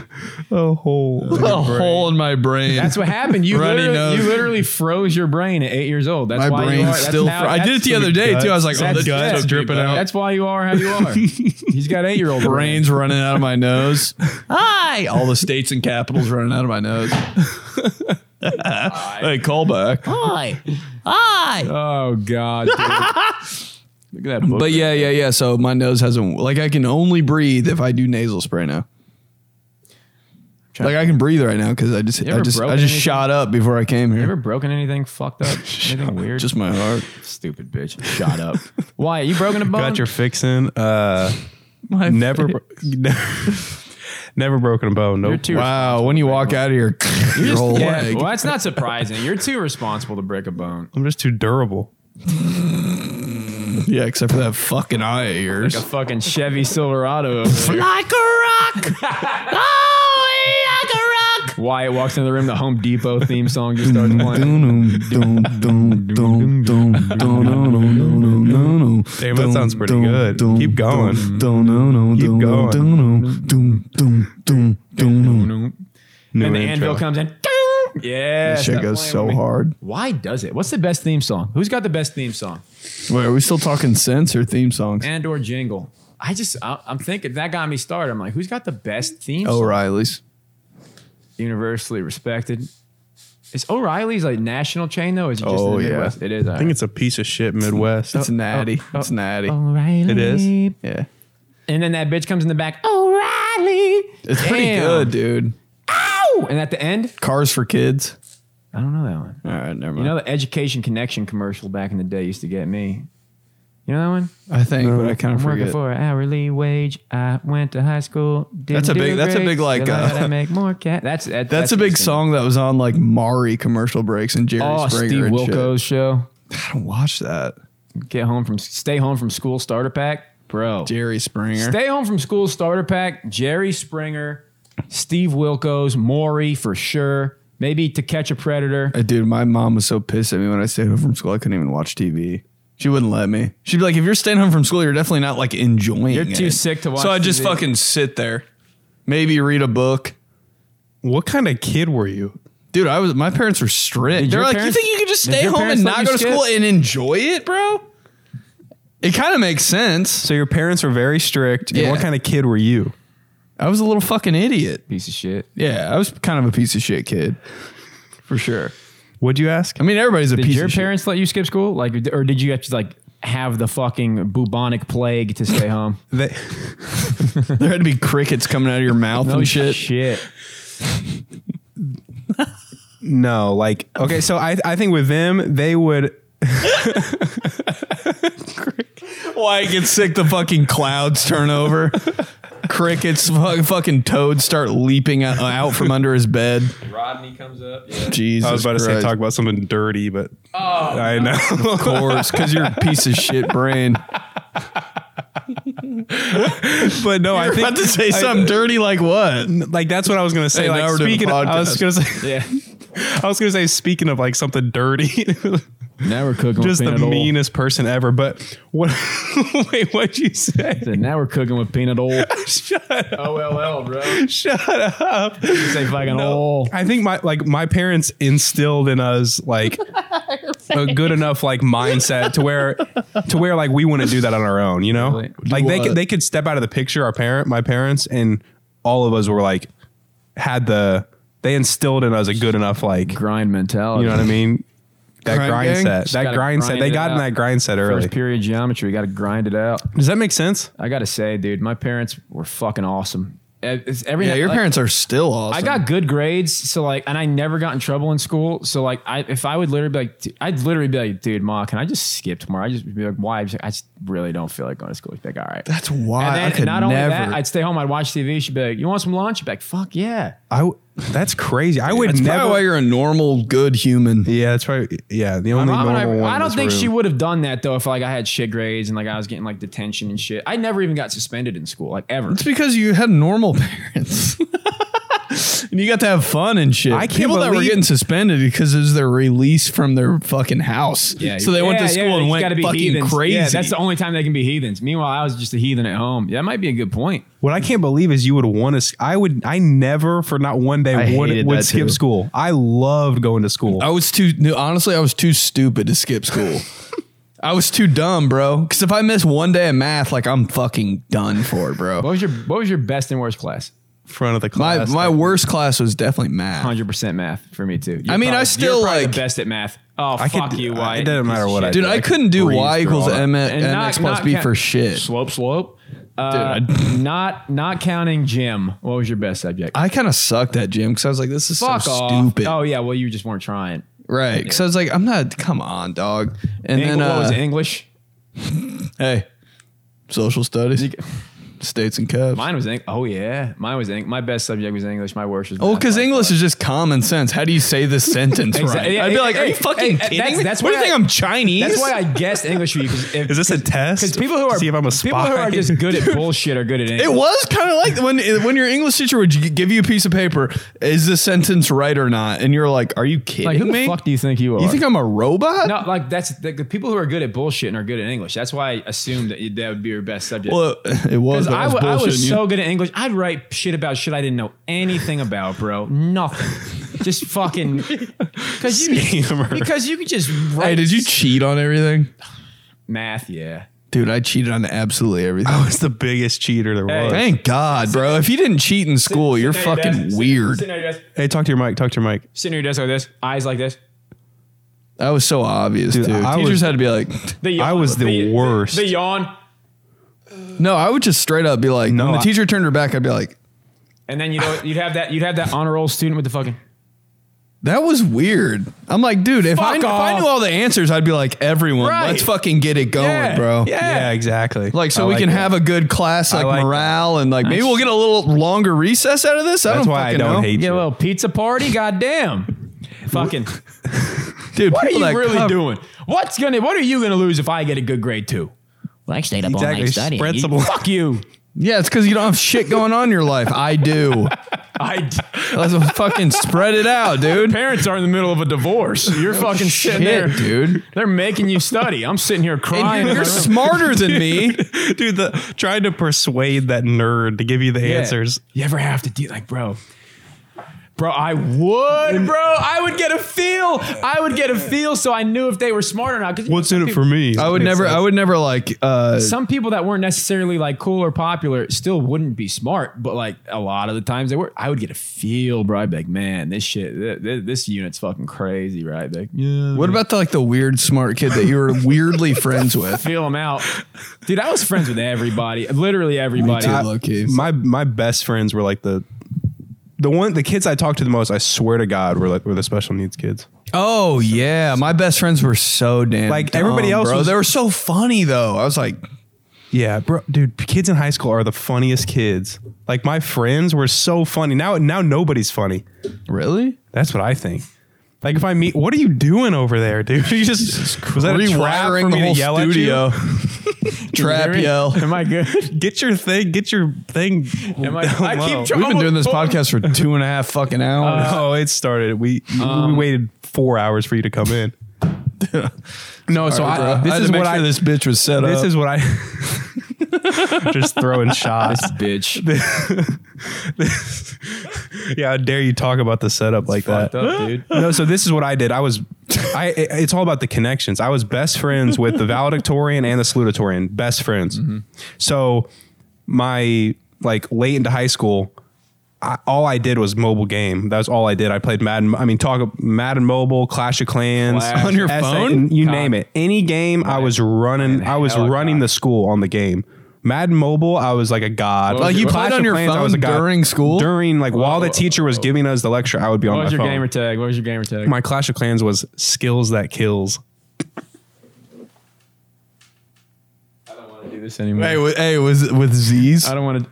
Speaker 1: a hole.
Speaker 3: a hole in my brain.
Speaker 2: That's what happened. You
Speaker 3: Runny
Speaker 2: literally,
Speaker 3: nose.
Speaker 2: you literally froze your brain at eight years old. That's
Speaker 3: my
Speaker 2: why you
Speaker 3: brain's
Speaker 2: are- that's
Speaker 3: still.
Speaker 2: now-
Speaker 3: fr- I did it
Speaker 2: that's-
Speaker 3: the other day too. I was like, oh,
Speaker 2: That's
Speaker 3: this
Speaker 2: guts.
Speaker 3: is so dripping out.
Speaker 2: That's why you are how you are. He's got eight year old brain.
Speaker 3: Brains running out of my nose. Hi! All the states and capitals running out of my nose. hey, call back. Hi. Hi.
Speaker 2: Oh god. dude. Look at that. Book.
Speaker 3: But yeah, yeah, yeah. So my nose hasn't like I can only breathe if I do nasal spray now. Like I can breathe right now because I just I
Speaker 2: ever
Speaker 3: just I
Speaker 2: broken
Speaker 3: just
Speaker 2: anything?
Speaker 3: shot up before I came
Speaker 2: you ever
Speaker 3: here.
Speaker 2: broken anything? Fucked up? Anything weird?
Speaker 3: Just my heart.
Speaker 2: stupid bitch. Shot up. Why? You broken a bone?
Speaker 1: Got your fixin'. Uh,
Speaker 3: My
Speaker 1: never, bro- never, never broken a bone.
Speaker 2: You're
Speaker 1: Nope.
Speaker 2: too.
Speaker 3: Wow, when you walk out of here, your whole
Speaker 2: yeah,
Speaker 3: leg.
Speaker 2: well, that's not surprising. You're too responsible to break a bone.
Speaker 1: I'm just too durable.
Speaker 3: Yeah, except for that fucking eye of yours.
Speaker 2: A fucking Chevy Silverado. Over there.
Speaker 3: Like a rock. oh, like a rock.
Speaker 2: Wyatt walks into the room. The Home Depot theme song just
Speaker 3: Mm-hmm.
Speaker 2: starts playing.
Speaker 1: Damn, that sounds pretty good. Keep going.
Speaker 4: Keep going.
Speaker 1: New
Speaker 2: and the
Speaker 1: intro.
Speaker 2: anvil comes in. Ding! Yeah,
Speaker 3: That shit
Speaker 2: stop
Speaker 3: goes
Speaker 2: playing
Speaker 3: so
Speaker 2: with me.
Speaker 3: hard.
Speaker 2: Why does it? What's the best theme song? Who's got the best theme song
Speaker 3: Wait, are we still talking sense or theme songs?
Speaker 2: and or jingle? I just I, I'm thinking that got me started. I'm like, who's got the best theme?
Speaker 3: Oh.
Speaker 2: song?
Speaker 3: O'Reilly's.
Speaker 2: Universally respected. Is O'Reilly's like national chain though? Is it just
Speaker 3: Oh,
Speaker 2: in
Speaker 3: yeah.
Speaker 2: the Midwest? It is.
Speaker 1: I think it's a piece of shit
Speaker 2: Oh,
Speaker 1: Midwest. Uh,
Speaker 3: It's natty. It's natty.
Speaker 2: O'Reilly.
Speaker 1: It is?
Speaker 3: Yeah.
Speaker 2: And then that bitch comes in the back. O'Reilly.
Speaker 3: It's pretty
Speaker 2: Damn.
Speaker 3: good, dude.
Speaker 2: Ow! And at the end,
Speaker 3: Cars for kids.
Speaker 2: I don't know that one.
Speaker 3: All right, never mind.
Speaker 2: You know the Education Connection commercial back in the day used to get me. You know that one?
Speaker 3: I think, but I kind
Speaker 2: I'm
Speaker 3: of
Speaker 2: working
Speaker 3: forget.
Speaker 2: for an hourly wage. I went to high school. didn't
Speaker 3: That's a
Speaker 2: do
Speaker 3: big- that's a
Speaker 2: great,
Speaker 3: big, like,
Speaker 2: till I
Speaker 3: uh,
Speaker 2: gotta make more cat. That's that,
Speaker 3: That's a big
Speaker 2: decent.
Speaker 3: song that was on like Mari commercial breaks and Jerry
Speaker 2: Oh,
Speaker 3: Springer
Speaker 2: Steve
Speaker 3: and shit.
Speaker 2: Wilco's show.
Speaker 3: I don't watch that.
Speaker 2: Get home from stay home from school starter pack, bro.
Speaker 3: Jerry Springer.
Speaker 2: Stay home from school starter pack. Jerry Springer, Steve Wilco's, Maury for sure. Maybe to catch a predator.
Speaker 3: Uh, Dude, my mom was so pissed at me when I stayed home from school. I couldn't even watch TV. She wouldn't let me. She'd be like, "If you're staying home from school, you're definitely not like enjoying.
Speaker 2: You're too
Speaker 3: it."
Speaker 2: sick to watch
Speaker 3: So I just
Speaker 2: TV.
Speaker 3: fucking sit there, maybe read a book.
Speaker 1: What kind of kid were you?
Speaker 3: Dude, I was. My parents were strict.
Speaker 2: Did
Speaker 3: They're
Speaker 2: your
Speaker 3: like,
Speaker 2: parents-
Speaker 3: "You think you could just
Speaker 2: did
Speaker 3: stay
Speaker 2: your
Speaker 3: home
Speaker 2: parents
Speaker 3: and
Speaker 2: let
Speaker 3: not
Speaker 2: you
Speaker 3: go to
Speaker 2: skip?
Speaker 3: school and enjoy it, bro?" It kind of makes sense.
Speaker 1: So your parents were very strict. And
Speaker 3: Yeah.
Speaker 1: what kind of kid were you?
Speaker 3: I was a little fucking idiot.
Speaker 2: Piece of shit.
Speaker 3: Yeah, I was kind of a piece of shit kid. for sure.
Speaker 1: Would you ask?
Speaker 3: I mean, everybody's a
Speaker 2: Did
Speaker 3: piece
Speaker 2: your
Speaker 3: of shit.
Speaker 2: parents let you skip school? Like, or did you have to like have the fucking bubonic plague to stay home?
Speaker 1: They,
Speaker 3: There had to be crickets coming out of your mouth and shit.
Speaker 2: shit.
Speaker 1: no, like okay. So I I think with them they would.
Speaker 3: Why I get sick? The fucking clouds turn over. crickets, fuck, fucking toads start leaping out, out from under his bed.
Speaker 5: Rodney comes up. Yeah.
Speaker 3: Jesus,
Speaker 1: I was about to say
Speaker 3: Christ.
Speaker 1: talk about something dirty, but I know.
Speaker 3: Of course, because you're a piece of shit brain.
Speaker 1: but no, I think
Speaker 3: to say something dirty like what?
Speaker 1: like that's what I was gonna say.
Speaker 3: Hey, now
Speaker 1: like
Speaker 3: we're doing a
Speaker 1: speaking, of, I was
Speaker 3: podcast.
Speaker 1: gonna say,
Speaker 2: Yeah.
Speaker 1: I was gonna say speaking of like something dirty,
Speaker 2: Now we're cooking
Speaker 1: just
Speaker 2: with
Speaker 1: the
Speaker 2: peanut oil.
Speaker 1: meanest person ever. But what? wait, what'd you say?
Speaker 2: Said, Now we're cooking with peanut oil.
Speaker 1: Shut up!
Speaker 2: OLL, bro.
Speaker 1: Shut up!
Speaker 2: Say fucking
Speaker 1: No,
Speaker 2: oil.
Speaker 1: I think my like my parents instilled in us like a good enough like mindset to where to where like we wouldn't do that on our own, you know?
Speaker 2: Really?
Speaker 1: Like they
Speaker 3: What?
Speaker 1: could they could step out of the picture, our parent, my parents, and all of us were like had the they instilled in us a good enough like you
Speaker 2: Grind mentality.
Speaker 1: know what I mean? That
Speaker 3: Grind
Speaker 1: grind,
Speaker 3: gang?
Speaker 1: set. That
Speaker 2: gotta
Speaker 1: grind set.
Speaker 2: grind
Speaker 1: They
Speaker 2: it
Speaker 1: got in
Speaker 2: out.
Speaker 1: that grind set early.
Speaker 2: First period geometry, got to grind it out.
Speaker 1: Does that make sense?
Speaker 2: I got to say, dude, my parents were fucking awesome. Eh, it's every
Speaker 3: Yeah, your
Speaker 2: like,
Speaker 3: parents are still awesome.
Speaker 2: I got good grades, so like, and I never got in trouble in school. So like, I if I would literally be like, dude- I'd literally be like, dude, ma, can I just skip tomorrow? I just be like, why? I'd be like, I just really don't feel like going to school. She'd be like, all right.
Speaker 3: That's why
Speaker 2: and
Speaker 3: I
Speaker 2: then
Speaker 3: could
Speaker 2: not
Speaker 3: never.
Speaker 2: only that, I'd stay home. I'd watch TV. She'd be like, you want some lunch? I'd be like, fuck yeah.
Speaker 1: I w- that's crazy. I would
Speaker 3: That's probably why
Speaker 1: never
Speaker 3: you're a normal, good human.
Speaker 1: Yeah, that's probably yeah, the
Speaker 2: My
Speaker 1: only
Speaker 2: mom and
Speaker 1: normal
Speaker 2: I,
Speaker 1: one.
Speaker 2: I
Speaker 1: in
Speaker 2: don't
Speaker 1: this
Speaker 2: think
Speaker 1: room.
Speaker 2: she would have done that though if like I had shit grades and like I was getting like detention and shit. I never even got suspended in school like ever.
Speaker 3: It's because you had normal parents. And you got to have fun and shit.
Speaker 1: I can't
Speaker 3: People that were
Speaker 1: believe-
Speaker 3: getting suspended because it was their release from their fucking house.
Speaker 2: Yeah,
Speaker 3: so they went to
Speaker 2: yeah,
Speaker 3: school
Speaker 2: yeah,
Speaker 3: and
Speaker 2: you
Speaker 3: went
Speaker 2: gotta be
Speaker 3: fucking
Speaker 2: heathens.
Speaker 3: crazy.
Speaker 2: Yeah, that's the only time they can be heathens. Meanwhile, I was just a heathen at home. Yeah, that might be a good point.
Speaker 1: What I can't believe is you would want to. I would. I never for not one day
Speaker 3: I
Speaker 1: would,
Speaker 3: hated
Speaker 1: would
Speaker 3: that
Speaker 1: skip
Speaker 3: too.
Speaker 1: school. I loved going to school.
Speaker 3: I was too no, honestly, I was too stupid to skip school. I was too dumb, bro. Because if I miss one day of math, like I'm fucking done for, it, bro.
Speaker 2: What was your What was your best and worst class?
Speaker 1: front of the
Speaker 3: My
Speaker 1: class.
Speaker 3: my worst class was definitely math.
Speaker 2: Hundred percent math for me too. You're
Speaker 3: I mean, I
Speaker 2: probably-
Speaker 3: still,
Speaker 2: you're probably
Speaker 3: like-
Speaker 2: the best at math. Oh,
Speaker 1: I could-
Speaker 2: fuck you,
Speaker 1: I-
Speaker 2: Wyatt.
Speaker 1: it doesn't matter what I
Speaker 3: Dude,
Speaker 1: did.
Speaker 3: I couldn't do
Speaker 1: breeze
Speaker 3: y
Speaker 1: through
Speaker 3: equals
Speaker 1: all that.
Speaker 3: m mx
Speaker 2: And not-
Speaker 3: plus
Speaker 2: not
Speaker 3: b
Speaker 2: count-
Speaker 3: for shit.
Speaker 2: Slope, slope. Uh,
Speaker 3: Dude,
Speaker 2: not not counting gym. What was your best subject?
Speaker 3: I kind of sucked at gym because I was like, this is
Speaker 2: Fuck
Speaker 3: so
Speaker 2: off.
Speaker 3: stupid,
Speaker 2: Oh yeah, well you just weren't trying.
Speaker 3: right? Because I was like, I'm not. Come on, dog. And
Speaker 2: Eng-
Speaker 3: then
Speaker 2: what
Speaker 3: uh,
Speaker 2: was it, English?
Speaker 3: hey, social studies, states and cups.
Speaker 2: Mine was English. Oh yeah, mine was English. My best subject was English. My worst was.
Speaker 3: Oh,
Speaker 2: math
Speaker 3: because
Speaker 2: by
Speaker 3: English is just common sense. How do you say this sentence
Speaker 2: Exa-
Speaker 3: right?
Speaker 2: yeah,
Speaker 3: I'd be like,
Speaker 2: hey,
Speaker 3: are you
Speaker 2: hey,
Speaker 3: fucking
Speaker 2: hey,
Speaker 3: kidding
Speaker 2: that's-
Speaker 3: me?
Speaker 2: that's
Speaker 3: what do you
Speaker 2: why
Speaker 3: think
Speaker 2: I-
Speaker 3: I'm Chinese?
Speaker 2: That's why I guessed English because if
Speaker 1: is this a test?
Speaker 2: because people who are
Speaker 1: see if I'm a
Speaker 2: people
Speaker 1: spy.
Speaker 2: who are just good at bullshit are good at
Speaker 3: it
Speaker 2: English.
Speaker 3: was kind of like when when your English teacher would g- give you a piece of paper. Is this sentence right or not? And you're like, are you kidding
Speaker 2: Like who
Speaker 3: me?
Speaker 2: the fuck do you think you are?
Speaker 3: you think I'm a robot?
Speaker 2: no, like that's the, the people who are good at bullshit and are good at English. That's why I assumed that you- that would be your best subject.
Speaker 3: Well, it was.
Speaker 2: Because
Speaker 3: but
Speaker 2: I,
Speaker 3: I was,
Speaker 2: wa- I was
Speaker 3: bullshitting you.
Speaker 2: so good at English, I'd write shit about shit I didn't know anything about, bro. Nothing. just fucking because you because you could just write
Speaker 3: Hey, did you cheat on everything?
Speaker 2: math. Yeah,
Speaker 3: Dude, I cheated on absolutely everything.
Speaker 1: I was the biggest cheater there was. Hey.
Speaker 3: Oh, Thank God, bro. If you didn't cheat in school, you're fucking weird.
Speaker 2: Sitting at your desk,
Speaker 1: talk to your mic. Talk to your mic.
Speaker 2: sitting at your desk like this, eyes like this.
Speaker 3: That was so obvious, dude.
Speaker 1: I
Speaker 3: Teachers
Speaker 1: was-
Speaker 3: had to be like,
Speaker 2: The
Speaker 1: I was the worst.
Speaker 2: The, yawn,
Speaker 3: no, I would just straight up be like,
Speaker 1: No,
Speaker 3: when the
Speaker 1: I-
Speaker 3: teacher turned her back, I'd be like,
Speaker 2: and then you know you'd have that you'd have that honor roll student with the fucking.
Speaker 3: that was weird. I'm like, dude, if, I,
Speaker 2: Fuck
Speaker 3: if I
Speaker 2: off.
Speaker 3: knew all the answers, I'd be like, everyone,
Speaker 2: Right.
Speaker 3: let's fucking get it going, bro.
Speaker 1: Yeah, exactly.
Speaker 3: Like, so
Speaker 1: I
Speaker 3: we can
Speaker 1: that.
Speaker 3: have a good class, like,
Speaker 1: like that.
Speaker 3: morale, and like, maybe we'll get a little longer recess out of this. I
Speaker 1: That's
Speaker 3: don't
Speaker 1: why I
Speaker 3: fucking
Speaker 1: don't
Speaker 3: know.
Speaker 1: hate
Speaker 2: Get a
Speaker 1: you.
Speaker 2: little pizza party, goddamn. Fucking,
Speaker 3: Dude,
Speaker 2: what are
Speaker 3: people
Speaker 2: you
Speaker 3: that
Speaker 2: really
Speaker 3: come-
Speaker 2: doing? What's gonna? What are you gonna lose if I get a good grade too?
Speaker 6: Well, I stayed up all
Speaker 1: Exactly.
Speaker 6: night studying.
Speaker 1: Spread
Speaker 6: You-
Speaker 1: some love.
Speaker 2: Fuck you.
Speaker 3: Yeah, it's because you don't have shit going on in your life. I do.
Speaker 2: I d-
Speaker 3: Let's fucking spread it out, dude.
Speaker 2: parents are in the middle of a divorce. You're fucking sitting there,
Speaker 3: Oh, Shit, dude.
Speaker 2: They're making you study. I'm sitting here crying.
Speaker 3: And you're,
Speaker 2: in my
Speaker 3: you're
Speaker 2: room.
Speaker 3: smarter than me.
Speaker 1: Dude, the trying to persuade that nerd to give you the
Speaker 2: Yeah.
Speaker 1: answers.
Speaker 2: You ever have to do like, bro? Bro, I would, bro. I would get a feel. I would get a feel, so I knew if they were smart or not. 'Cause
Speaker 1: What's in it for me?
Speaker 3: I would never. I would never like. Uh,
Speaker 2: some people that weren't necessarily like cool or popular still wouldn't be smart, but like a lot of the times they were. I would get a feel, bro. I'd be like, man, this shit, th- th- this unit's fucking crazy, right? Like, yeah.
Speaker 3: what about the like the weird smart kid that you were weirdly friends with?
Speaker 2: Feel them out, dude. I was friends with everybody, literally everybody.
Speaker 3: too, low key.
Speaker 1: my my best friends were like the the one the kids I talked to the most. I swear to God, were like were the special needs kids.
Speaker 3: Oh yeah, my best friends were so damn
Speaker 1: Like,
Speaker 3: dumb,
Speaker 1: everybody else
Speaker 3: Bro.
Speaker 1: was-
Speaker 3: they were so funny though. I was like,
Speaker 1: Yeah, bro, dude, kids in high school are the funniest kids. Like my friends were so funny. Now now nobody's funny.
Speaker 3: really?
Speaker 1: That's what I think. Like if I meet, what are you doing over there, dude? You just was that a trap for
Speaker 3: Rewiring
Speaker 1: me
Speaker 3: the
Speaker 1: to
Speaker 3: whole
Speaker 1: yell at you?
Speaker 3: studio. Trap yell.
Speaker 2: Am I good?
Speaker 1: Get your thing. Get your thing.
Speaker 2: Am I,
Speaker 1: down
Speaker 2: I
Speaker 1: low.
Speaker 2: keep trying.
Speaker 3: We've been doing this podcast for two and a half fucking hours.
Speaker 1: Oh, it started. We we
Speaker 2: Um,
Speaker 1: waited four hours for you to come in. no, so
Speaker 3: Sorry,
Speaker 1: I,
Speaker 3: bro.
Speaker 1: this
Speaker 3: I had to
Speaker 1: is
Speaker 3: make
Speaker 1: what
Speaker 3: sure
Speaker 1: I.
Speaker 3: this bitch was set
Speaker 1: this
Speaker 3: up.
Speaker 1: is what I. just throwing shots.
Speaker 2: bitch.
Speaker 1: Yeah, how dare you talk about the setup like that?
Speaker 2: Fucked up, dude.
Speaker 1: no, so this is what I did. I was, I. it- It's all about the connections. I was best friends with the valedictorian and the salutatorian, best friends.
Speaker 2: Mm-hmm.
Speaker 1: So, my like late into high school, I, all I did was mobile game. That was all I did. I played Madden. I mean, talk Madden Mobile, Clash of Clans
Speaker 2: Clash. On your
Speaker 1: phone. You
Speaker 2: God.
Speaker 1: name it. Any game, I was running. I was
Speaker 2: hell,
Speaker 1: running
Speaker 2: God.
Speaker 1: the school on the game. Madden Mobile, I was like a god.
Speaker 2: Like, you
Speaker 1: Clash
Speaker 3: played on
Speaker 1: of
Speaker 3: your
Speaker 1: Clans, I
Speaker 3: phone
Speaker 1: was a god.
Speaker 3: during school?
Speaker 1: During like while the
Speaker 2: Whoa.
Speaker 1: teacher was giving us the lecture, I would be on
Speaker 2: What
Speaker 1: my
Speaker 2: was your
Speaker 1: phone
Speaker 2: gamer tag? What was your gamer tag?
Speaker 1: my Clash of Clans was skills that kills.
Speaker 2: I don't want to do this anymore.
Speaker 3: Hey, wa- hey, was with Z's?
Speaker 2: I don't want to.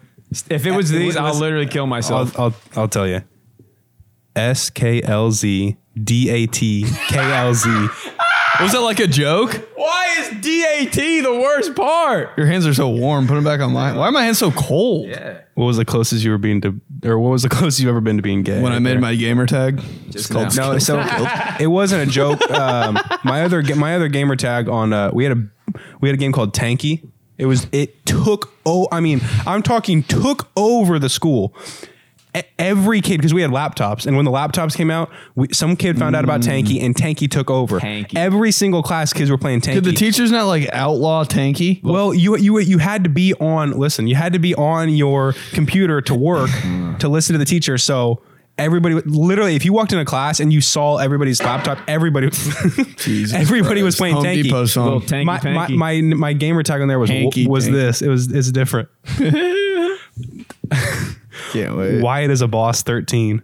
Speaker 2: If it was these, I'll
Speaker 1: was-
Speaker 2: literally kill
Speaker 1: I'll
Speaker 2: myself.
Speaker 1: I'll, I'll tell you. S K L Z D A T K L Z.
Speaker 3: Was that like a joke?
Speaker 2: Why is DAT the worst part?
Speaker 3: Your hands are so warm. Put them back on mine. Why are my hands so cold?
Speaker 2: Yeah.
Speaker 1: What was the closest you were being to, or what was the closest you've ever been to being gay?
Speaker 3: When I made my gamer tag,
Speaker 2: Just
Speaker 3: called
Speaker 1: No, so it wasn't a joke. Um, my other ga- my other gamer tag on uh, we had a we had a game called Tanky. It was it took oh I mean I'm talking took over the school. E- Every kid because we had laptops and when the laptops came out, we, some kid found out about Tanky and Tanky took over.
Speaker 2: Tanky.
Speaker 1: Every single class kids were playing Tanky.
Speaker 3: did the teachers not like outlaw tanky?
Speaker 1: Well, you you you had to be on. Listen, you had to be on your computer to work to listen to the teacher. So everybody, would- literally, if you walked in a class and you saw everybody's laptop, everybody, everybody was playing
Speaker 3: Home
Speaker 1: Tanky.
Speaker 3: Depot song.
Speaker 2: Little tanky
Speaker 1: my, my
Speaker 2: panky.
Speaker 1: my my gamer tag on there was
Speaker 3: Hanky
Speaker 1: was
Speaker 3: tanky.
Speaker 1: this. It was it's different.
Speaker 3: Can't wait.
Speaker 1: Wyatt is a boss thirteen.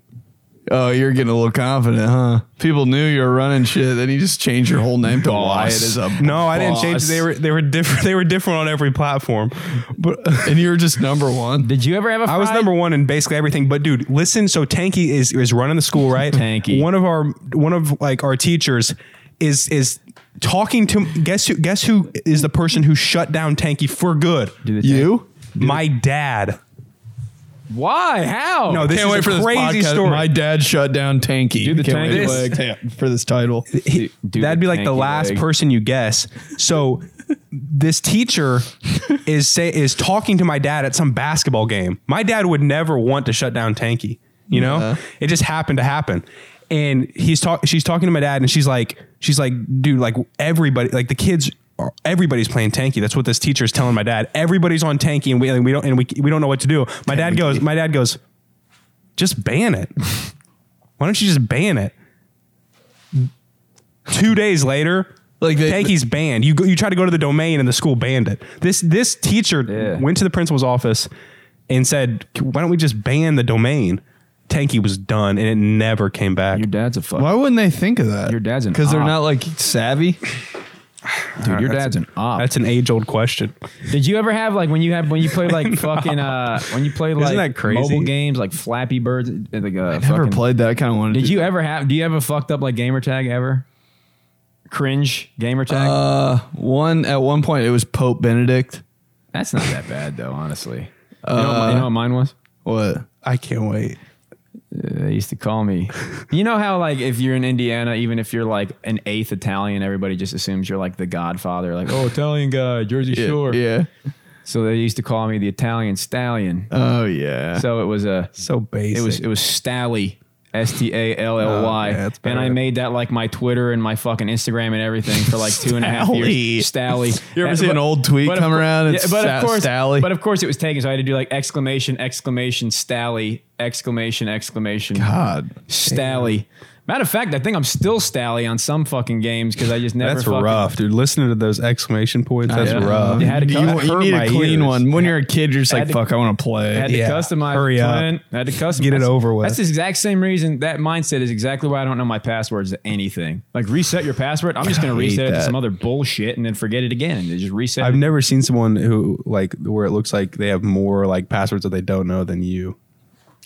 Speaker 3: Oh, you're getting a little confident, huh? People knew you were running shit, then you just changed your whole name to Wyatt as a
Speaker 1: No, I didn't change.
Speaker 3: boss.
Speaker 1: They were they were different. They were different on every platform. But
Speaker 3: and you were just number one.
Speaker 2: Did you ever have a?
Speaker 1: I was number one in basically everything. But dude, listen. So Tanky is is running the school, right?
Speaker 2: Tanky.
Speaker 1: One of our one of like our teachers is is talking to guess who guess who is the person who shut down Tanky for good.
Speaker 3: You?
Speaker 1: My dad.
Speaker 2: Why? How?
Speaker 1: No, this
Speaker 3: Can't
Speaker 1: is
Speaker 3: wait
Speaker 1: a
Speaker 3: for this
Speaker 1: crazy
Speaker 3: podcast.
Speaker 1: story.
Speaker 3: My dad shut down Tanky.
Speaker 2: Do the
Speaker 3: Can't
Speaker 2: tank
Speaker 3: wait for
Speaker 2: leg.
Speaker 3: this- for this title.
Speaker 1: He-
Speaker 2: do
Speaker 1: that'd
Speaker 2: the
Speaker 1: be like the
Speaker 2: Tanky
Speaker 1: last
Speaker 2: leg.
Speaker 1: person you guess. So this teacher is say is talking to my dad at some basketball game. My dad would never want to shut down Tanky. You know, it just happened to happen. And he's talk. She's talking to my dad, and she's like, she's like, dude, like everybody, like the kids. are- Everybody's playing Tanky. That's what this teacher is telling my dad. Everybody's on Tanky, and we, and we don't and we, we don't know what to do. My dad goes. My dad goes. Just ban it. Why don't you just ban it? Two days later,
Speaker 3: Like they-
Speaker 1: Tanky's banned. You go, you try to go to the domain and the school banned it. This this teacher
Speaker 2: Yeah.
Speaker 1: went to the principal's office and said, "Why don't we just ban the domain?" Tanky was done and it never came back.
Speaker 2: Your dad's a fuck.
Speaker 3: Why wouldn't they think of that?
Speaker 2: Your dad's an
Speaker 3: because they're
Speaker 2: op.
Speaker 3: not like savvy.
Speaker 2: Dude, your dad's an op.
Speaker 1: That's an age old question.
Speaker 2: Did you ever have like when you had when you played like fucking uh when you played like
Speaker 1: that crazy?
Speaker 2: mobile games like Flappy Birds and like uh,
Speaker 3: Never
Speaker 2: fucking-
Speaker 3: played that. I kind of wanted.
Speaker 2: Did
Speaker 3: to.
Speaker 2: you ever have? Do you have a fucked up like gamer tag ever? Cringe gamer tag.
Speaker 1: Uh,
Speaker 3: one at one point? It was Pope Benedict.
Speaker 2: That's not that bad though, honestly. you, know
Speaker 1: uh,
Speaker 2: what, my- you know what mine was?
Speaker 3: What? I can't wait.
Speaker 2: Uh, They used to call me. You know how like if you're in Indiana, even if you're like an eighth Italian, everybody just assumes you're like the Godfather, like oh Italian guy, Jersey
Speaker 3: Yeah,
Speaker 2: Shore.
Speaker 3: Yeah.
Speaker 2: So they used to call me the Italian Stallion.
Speaker 3: Oh yeah.
Speaker 2: So it was a
Speaker 1: So basic.
Speaker 2: it was it was Stally S T A L L Y.
Speaker 1: Oh, yeah, that's
Speaker 2: and I
Speaker 1: better.
Speaker 2: made that like my Twitter and my fucking Instagram and everything for like two and a half years. Stally.
Speaker 3: You ever
Speaker 2: Uh,
Speaker 3: see
Speaker 2: but-
Speaker 3: an old tweet
Speaker 2: but of
Speaker 3: come
Speaker 2: cour-
Speaker 3: around? It's
Speaker 2: but
Speaker 3: Sta-
Speaker 2: of course,
Speaker 3: Stally.
Speaker 2: But of course, it was taken, so I had to do like exclamation, exclamation, Stally, exclamation, exclamation,
Speaker 3: God.
Speaker 2: Stally. Matter of fact, I think I'm still Stally on some fucking games because I just never.
Speaker 1: That's
Speaker 2: fucking,
Speaker 1: rough, dude. Listening to those exclamation points, that's
Speaker 2: Yeah.
Speaker 1: rough.
Speaker 2: You had to
Speaker 3: you,
Speaker 2: cut-
Speaker 3: want- you
Speaker 1: hurt
Speaker 3: need
Speaker 1: my
Speaker 3: a clean
Speaker 1: ears.
Speaker 3: one. When you're a kid, you're just
Speaker 2: Had
Speaker 3: like,
Speaker 2: to-
Speaker 3: fuck, I want to play.
Speaker 2: I had to
Speaker 1: Yeah.
Speaker 2: customize.
Speaker 1: Hurry
Speaker 2: the
Speaker 1: up.
Speaker 2: plan. I had to customize.
Speaker 1: Get it over with.
Speaker 2: That's the exact same reason that mindset is exactly why I don't know my passwords to anything. Like reset your password. I'm just going to
Speaker 1: hate
Speaker 2: reset it to
Speaker 1: that.
Speaker 2: some other bullshit and then forget it again. They just reset.
Speaker 1: I've
Speaker 2: it.
Speaker 1: never seen someone who like where it looks like they have more like passwords that they don't know than you.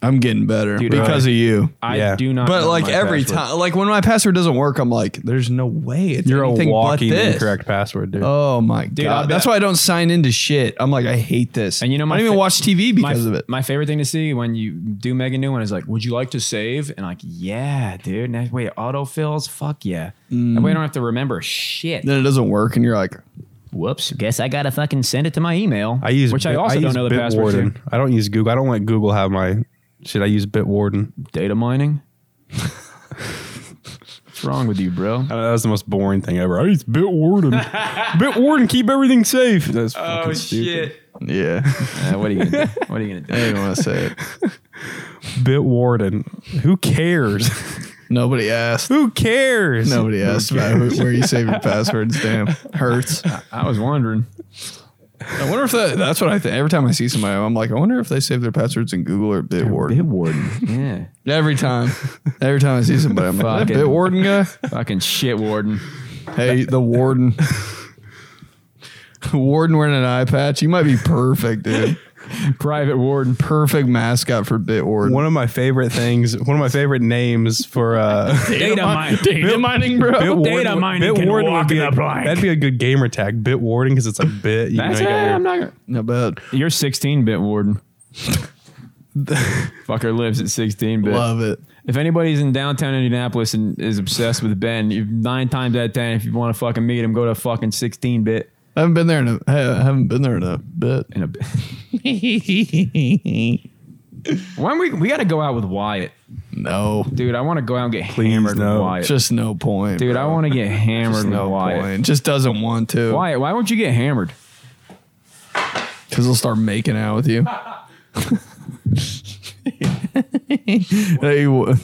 Speaker 3: I'm getting better
Speaker 2: Dude,
Speaker 3: because of you.
Speaker 2: I
Speaker 1: yeah.
Speaker 2: do not.
Speaker 3: But
Speaker 2: know
Speaker 3: like
Speaker 2: my
Speaker 3: every
Speaker 2: password.
Speaker 3: time, like when my password doesn't work, I'm like, there's no way it's
Speaker 1: You're a
Speaker 3: anything
Speaker 1: walking
Speaker 3: but this.
Speaker 1: incorrect password, dude.
Speaker 3: Oh my
Speaker 2: I
Speaker 3: god,
Speaker 2: bet-
Speaker 3: that's why I don't sign into shit. I'm like, I hate this,
Speaker 2: And you know, my
Speaker 3: I don't even
Speaker 2: fa-
Speaker 3: watch TV
Speaker 2: my,
Speaker 3: because of it.
Speaker 2: my favorite thing to see when you do make a new one is like, would you like to save? And like, yeah, dude. And that way it autofills. Fuck yeah. That
Speaker 1: Mm.
Speaker 2: way I don't have to remember shit.
Speaker 3: then it doesn't work, and you're like,
Speaker 2: Whoops. Guess I gotta fucking send it to my email.
Speaker 1: I use
Speaker 2: which I
Speaker 1: Bit-
Speaker 2: also
Speaker 1: use
Speaker 2: don't know the password.
Speaker 1: Bitwarden.
Speaker 2: to.
Speaker 1: I don't use Google. I don't let Google have my shit. I use Bitwarden.
Speaker 2: Data mining. What's wrong with you, bro?
Speaker 1: I know, that was the most boring thing ever. I use Bitwarden. Bitwarden keep everything safe. That's fucking stupid.
Speaker 3: yeah,
Speaker 2: Uh, what are you? Gonna do? What are you gonna do?
Speaker 3: I didn't want to say it.
Speaker 1: Bitwarden. Who cares?
Speaker 3: Nobody asked.
Speaker 1: Who cares?
Speaker 3: Nobody asked about who, where you save your passwords. Damn, hurts.
Speaker 2: I was wondering.
Speaker 3: I wonder if that, that's what I think. Every time I see somebody, I'm like, I wonder if they save their passwords in Google or Bitwarden.
Speaker 2: Bitwarden. Yeah.
Speaker 3: Every time, every time I see somebody, I'm like, that
Speaker 2: Fucking-
Speaker 3: Bitwarden guy.
Speaker 2: Fucking shit, warden.
Speaker 3: Hey, the warden. warden wearing an eye patch. You might be perfect, dude.
Speaker 2: Private warden.
Speaker 3: Perfect mascot for Bit Warden.
Speaker 1: One of my favorite things, one of my favorite names for uh,
Speaker 2: Data mine.
Speaker 3: Bit mining, bro.
Speaker 1: Bitwarden.
Speaker 2: Data mining can
Speaker 1: Bitwarden
Speaker 2: walk
Speaker 1: would be
Speaker 2: in
Speaker 1: a-
Speaker 2: the blank.
Speaker 1: That'd be a good gamer tag. Bitwarden because it's a bit. You
Speaker 2: That's
Speaker 1: know, you got
Speaker 2: eh,
Speaker 1: your-
Speaker 2: I'm not. gonna-
Speaker 3: I bet.
Speaker 2: You're 16 bit warden. Fucker lives at 16 bit.
Speaker 3: Love it.
Speaker 2: If anybody's in downtown Indianapolis and is obsessed with Ben, you nine times out of ten, if you want to fucking meet him, go to fucking 16 bit
Speaker 3: I haven't been there in a I haven't been there in a bit.
Speaker 2: in a bit. When we we got to go out with Wyatt,
Speaker 3: No.
Speaker 2: dude. I want to go out and get hammered with
Speaker 1: no.
Speaker 2: Wyatt,
Speaker 3: Just no point.
Speaker 2: dude. I
Speaker 3: bro.
Speaker 2: want to get hammered
Speaker 3: Just
Speaker 2: with
Speaker 3: no
Speaker 2: Wyatt.
Speaker 3: point. Just doesn't want to.
Speaker 2: Wyatt, why won't you get hammered?
Speaker 3: Because he'll start making out with you. hey, wha-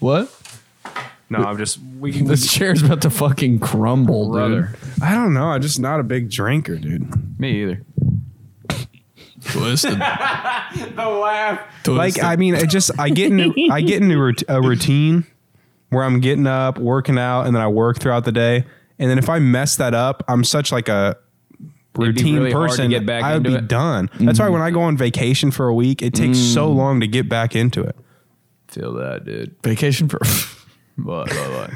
Speaker 3: what?
Speaker 1: No, I'm just. We can,
Speaker 3: This chair's about to fucking crumble, dude.
Speaker 2: Brother,
Speaker 1: I don't know. I'm just not a big drinker, dude.
Speaker 2: me either.
Speaker 3: Twisted.
Speaker 5: The laugh.
Speaker 1: Like I mean, I just I get into I get into rout- a routine where I'm getting up, working out, and then I work throughout the day. And then if I mess that up, I'm such like a routine
Speaker 2: really hard to
Speaker 1: person.
Speaker 2: get back
Speaker 1: I would
Speaker 2: into
Speaker 1: be
Speaker 2: it. Mm.
Speaker 1: done. That's why when I go on vacation for a week, it takes so long to get back into it.
Speaker 2: Feel that, dude.
Speaker 3: vacation for.
Speaker 2: But, but,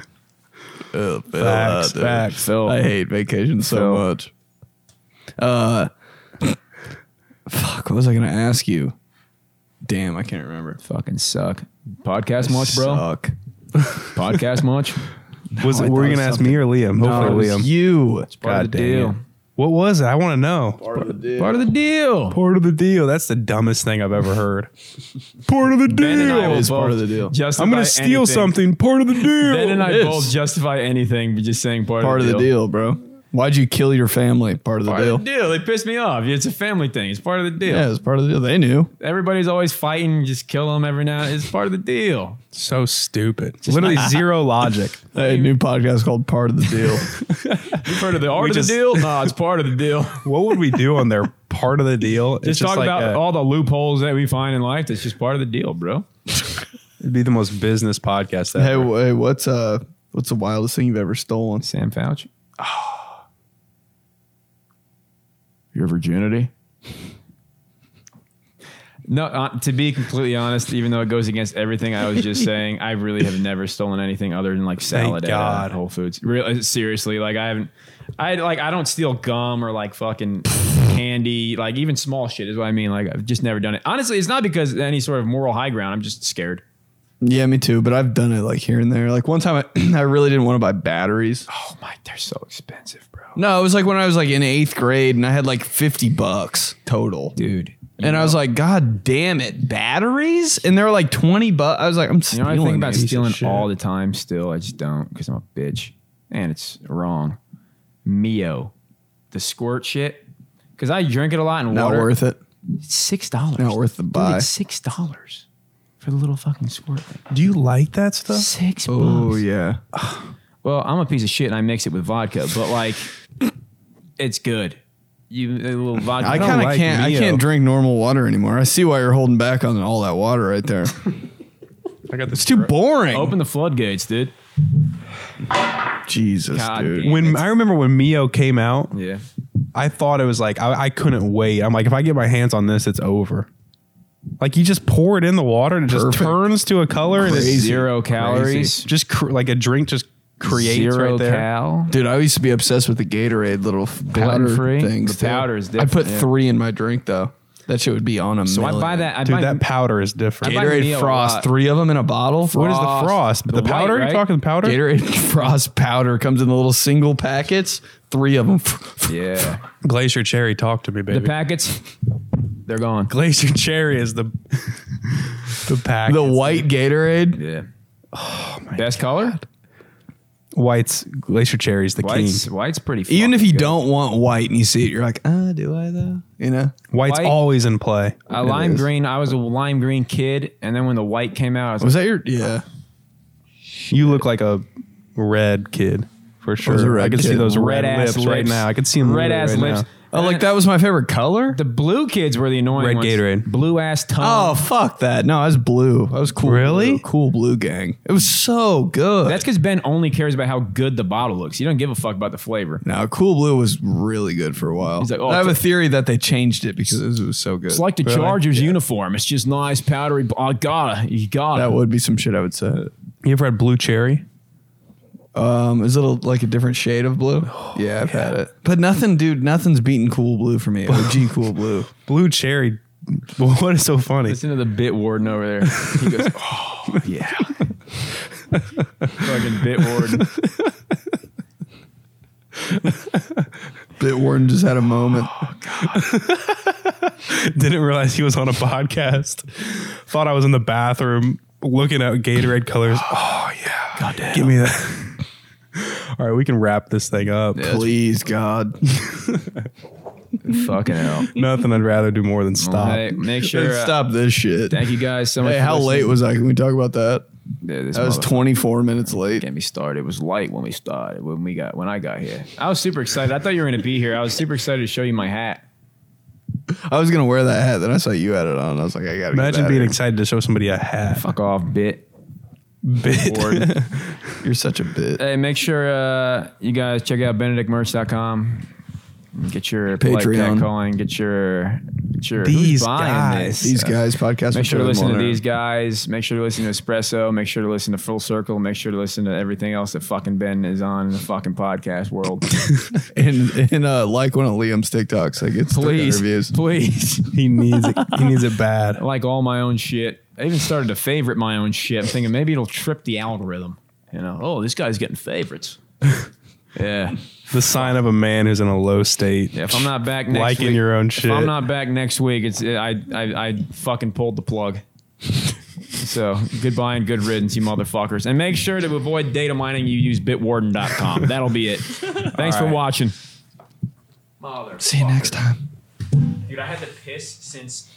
Speaker 2: but.
Speaker 3: Ugh, feel
Speaker 1: Facts,
Speaker 3: that, dude.
Speaker 1: facts.
Speaker 2: Phil.
Speaker 3: I hate vacation so
Speaker 2: Phil.
Speaker 3: much. Uh, fuck. What was I gonna ask you? Damn, I can't remember.
Speaker 2: Fucking suck. Podcast much, bro?
Speaker 3: Suck.
Speaker 2: Podcast much?
Speaker 1: Was
Speaker 3: I
Speaker 1: it, were you
Speaker 3: thought
Speaker 1: gonna ask
Speaker 3: something-
Speaker 1: me or Liam?
Speaker 3: Oh, it
Speaker 1: Hopefully,
Speaker 3: was
Speaker 1: Liam.
Speaker 3: you.
Speaker 2: Part of the
Speaker 1: dang
Speaker 2: deal.
Speaker 1: it. What was it? I want to know.
Speaker 3: Part of the deal.
Speaker 2: Part of the deal.
Speaker 1: Part of the deal. That's the dumbest thing I've ever heard. Part of the
Speaker 2: Ben and I
Speaker 1: deal.
Speaker 2: will
Speaker 3: is part
Speaker 2: both
Speaker 3: of the deal.
Speaker 2: justify
Speaker 1: I'm gonna steal
Speaker 2: anything.
Speaker 1: something. Part of the deal.
Speaker 2: Ben and I
Speaker 3: It
Speaker 2: both
Speaker 3: is.
Speaker 2: justify anything by just saying part,
Speaker 3: Part of the deal, bro. Why'd you kill your family? Part of the
Speaker 2: Part
Speaker 3: deal.
Speaker 2: of the deal. They pissed me off. It's a family thing. It's part of the deal.
Speaker 3: Yeah, it's part of the deal. They knew.
Speaker 2: Everybody's always fighting. Just kill them every now. It's part of the deal.
Speaker 1: So stupid. Literally zero logic.
Speaker 3: I had a new podcast called Part of the Deal.
Speaker 2: You've heard of the art of
Speaker 1: just-
Speaker 2: the deal? Nah, it's part of the deal.
Speaker 1: What would we do on their part of the deal? It's
Speaker 2: Just, talk
Speaker 1: like
Speaker 2: about
Speaker 1: a-
Speaker 2: all the loopholes that we find in life. That's just part of the deal, bro.
Speaker 1: it'd be the most business podcast
Speaker 3: hey,
Speaker 1: ever.
Speaker 3: w- hey, what's uh, what's the wildest thing you've ever stolen?
Speaker 2: Sam Fouch. Your virginity? No, uh, to be completely honest, even though it goes against everything I was just saying, I really have never stolen anything other than like salad
Speaker 1: God.
Speaker 2: at uh, Whole Foods. Really, seriously, like I haven't, I like I don't steal gum or like fucking candy, like even small shit is what I mean. Like I've just never done it. Honestly, it's not because of any sort of moral high ground. I'm just scared.
Speaker 3: Yeah, me too. But I've done it like here and there. Like one time, I, I really didn't want to buy batteries.
Speaker 2: Oh my, they're so expensive, bro.
Speaker 3: No, it was like when I was like in eighth grade, and I had like fifty bucks total.
Speaker 2: Dude,
Speaker 3: And I was like, God damn it, batteries? And they were like 20 bucks. I was like, I'm
Speaker 2: You know,
Speaker 3: stealing.
Speaker 2: I think about
Speaker 3: these.
Speaker 2: stealing
Speaker 1: shit.
Speaker 2: all the time still. I just don't because I'm a bitch. And it's wrong. Mio, the squirt shit. Because I drink it a lot in
Speaker 3: Not
Speaker 2: water.
Speaker 3: worth it.
Speaker 2: It's six dollars.
Speaker 3: Not worth the buy.
Speaker 2: it's six dollars for the little fucking squirt thing.
Speaker 1: Do you like that stuff?
Speaker 2: Six
Speaker 3: Oh,
Speaker 2: bucks.
Speaker 3: yeah.
Speaker 2: Well, I'm a piece of shit and I mix it with vodka, but like, it's good. You a little vodka.
Speaker 3: I
Speaker 1: don't
Speaker 3: kind of
Speaker 1: like
Speaker 3: can't. I
Speaker 1: Mio.
Speaker 3: can't drink normal water anymore. I see why you're holding back on all that water right there.
Speaker 1: I got this.
Speaker 3: It's too boring.
Speaker 2: open the floodgates, dude.
Speaker 3: Jesus,
Speaker 2: God
Speaker 3: dude.
Speaker 2: damn.
Speaker 1: When I remember when Mio came out,
Speaker 2: Yeah.
Speaker 1: I thought it was like I, I couldn't wait. I'm like, if I get my hands on this, it's over. Like you just pour it in the water and it just
Speaker 3: Perfect.
Speaker 1: turns to a color and it's
Speaker 2: Zero calories.
Speaker 1: just cr- like a drink just creates
Speaker 2: Zero
Speaker 1: right there.
Speaker 2: cal.
Speaker 3: Dude, I used to be obsessed with the Gatorade little f- powder
Speaker 2: Gluten-free?
Speaker 3: things.
Speaker 2: The powder is
Speaker 3: I put
Speaker 2: different, yeah.
Speaker 3: three in my drink though. That shit would be on a.
Speaker 2: So I
Speaker 3: million.
Speaker 2: buy that. I
Speaker 1: Dude,
Speaker 2: buy
Speaker 1: that powder is different.
Speaker 2: I buy
Speaker 3: Gatorade
Speaker 2: Mio a
Speaker 3: Frost,
Speaker 2: lot.
Speaker 3: three of them in a bottle.
Speaker 1: what is the frost? But the,
Speaker 2: the white,
Speaker 1: powder?
Speaker 2: right?
Speaker 1: You're talking powder?
Speaker 3: Gatorade Frost powder comes in the little single packets. Three of them.
Speaker 2: Yeah.
Speaker 1: Glacier cherry, talk to me, baby.
Speaker 2: The packets, they're gone.
Speaker 1: Glacier cherry is the the pack.
Speaker 3: The white Gatorade.
Speaker 2: Yeah. Best color?
Speaker 1: whites Glacier cherry is the
Speaker 2: White's,
Speaker 1: king.
Speaker 2: white's pretty
Speaker 3: Even if
Speaker 2: fucking
Speaker 3: you
Speaker 2: good.
Speaker 3: don't want white and you see it, you're like, ah, do I though? You know.
Speaker 1: White's
Speaker 2: White-
Speaker 1: always in play.
Speaker 2: A lime
Speaker 3: is.
Speaker 2: green. I was a lime green kid, and then when the white came out, I was,
Speaker 3: Was that your? Yeah.
Speaker 1: You look like a red kid for
Speaker 3: was a
Speaker 1: sure.
Speaker 3: red
Speaker 1: I can see
Speaker 3: kid.
Speaker 1: those red,
Speaker 2: Red-ass
Speaker 1: lips, right
Speaker 2: lips.
Speaker 1: now. I can see them
Speaker 2: Red ass
Speaker 1: right
Speaker 2: lips.
Speaker 1: now.
Speaker 3: Oh, like that was my favorite color.
Speaker 2: the um, blue kids were the annoying
Speaker 1: Red
Speaker 2: ones.
Speaker 1: Gatorade.
Speaker 2: Blue ass tongue.
Speaker 3: Oh fuck that! No, I was blue. I was cool.
Speaker 1: Really?
Speaker 3: blue. cool blue gang. It was so good.
Speaker 2: That's because Ben only cares about how good the bottle looks. He don't give a fuck about the flavor.
Speaker 3: Now, Cool Blue was really good for a while.
Speaker 2: He's like, oh,
Speaker 3: I have a
Speaker 2: it's
Speaker 3: theory that they changed it because it was, it was so good.
Speaker 2: It's like the
Speaker 1: Really?
Speaker 2: Chargers uniform. It's just nice, powdery. I gotta, you
Speaker 3: that
Speaker 2: gotta.
Speaker 3: would be some shit I would say.
Speaker 1: You ever had blue cherry?
Speaker 3: Um, is it a, like a different shade of blue?
Speaker 2: Oh,
Speaker 3: yeah, I've had it, but nothing, dude. Nothing's beating Cool Blue for me. OG Cool Blue.
Speaker 1: Blue cherry. What is so funny?
Speaker 2: Listen to the bit warden over there. He goes, oh yeah, fucking bit warden.
Speaker 3: Bit Warden just had a moment.
Speaker 1: Didn't realize he was on a podcast. Thought I was in the bathroom looking at Gatorade colors. Oh yeah. God damn. Give me that. All right, we can wrap this thing up.
Speaker 3: Please, God.
Speaker 2: fucking hell.
Speaker 1: Nothing I'd rather do more than stop.
Speaker 2: Hey, make sure. uh,
Speaker 3: Stop this shit.
Speaker 2: Thank you guys so much.
Speaker 3: Hey,
Speaker 2: for
Speaker 3: how late
Speaker 2: listening.
Speaker 3: was I? Can we talk about that?
Speaker 2: Yeah, this
Speaker 3: That was
Speaker 2: motherfucker
Speaker 3: 24 minutes late.
Speaker 2: Get me started. It was light when we started. When we got when I got here, I was super excited. I thought you were gonna be here. I was super excited to show you my hat.
Speaker 3: I was gonna wear that hat, then I saw you had it on. I was like, I gotta. get
Speaker 1: Imagine
Speaker 3: that
Speaker 1: being
Speaker 3: in.
Speaker 1: excited to show somebody a hat.
Speaker 2: Fuck off, bit.
Speaker 1: Bit.
Speaker 2: Board.
Speaker 3: You're such a bit.
Speaker 2: hey, make sure uh, you guys check out benedictmerch.com. Get your polite
Speaker 3: Patreon.
Speaker 2: cat calling. Get your get your who's
Speaker 1: These
Speaker 2: buying
Speaker 1: guys.
Speaker 2: this?
Speaker 3: These guys podcast.
Speaker 2: Make
Speaker 3: with
Speaker 2: sure to
Speaker 3: Joey
Speaker 2: listen to
Speaker 3: Molnar.
Speaker 2: these guys. Make sure to listen to Espresso. Make sure to listen to Full Circle. Make sure to listen to everything else that fucking Ben is on in the fucking podcast world.
Speaker 3: and and uh, like one of Liam's TikToks. Like it's
Speaker 2: Please,
Speaker 3: reviews.
Speaker 2: please.
Speaker 1: He needs it. He needs it bad.
Speaker 2: I like all my own shit. I even started to favorite my own shit. I'm thinking maybe it'll trip the algorithm. You know, oh, this guy's getting favorites. yeah.
Speaker 1: The sign of a man who's in a low state.
Speaker 2: Yeah, If I'm not back next
Speaker 1: Liking
Speaker 2: week,
Speaker 1: your own
Speaker 2: If
Speaker 1: shit.
Speaker 2: I'm not back next week, it's uh, I I, I fucking pulled the plug. so goodbye and good riddance, you motherfuckers. And make sure to avoid data mining. You use bitwarden.com. That'll be it. Thanks for
Speaker 1: right.
Speaker 2: watching.
Speaker 5: Mother.
Speaker 3: See you next time.
Speaker 5: Dude, I had to piss since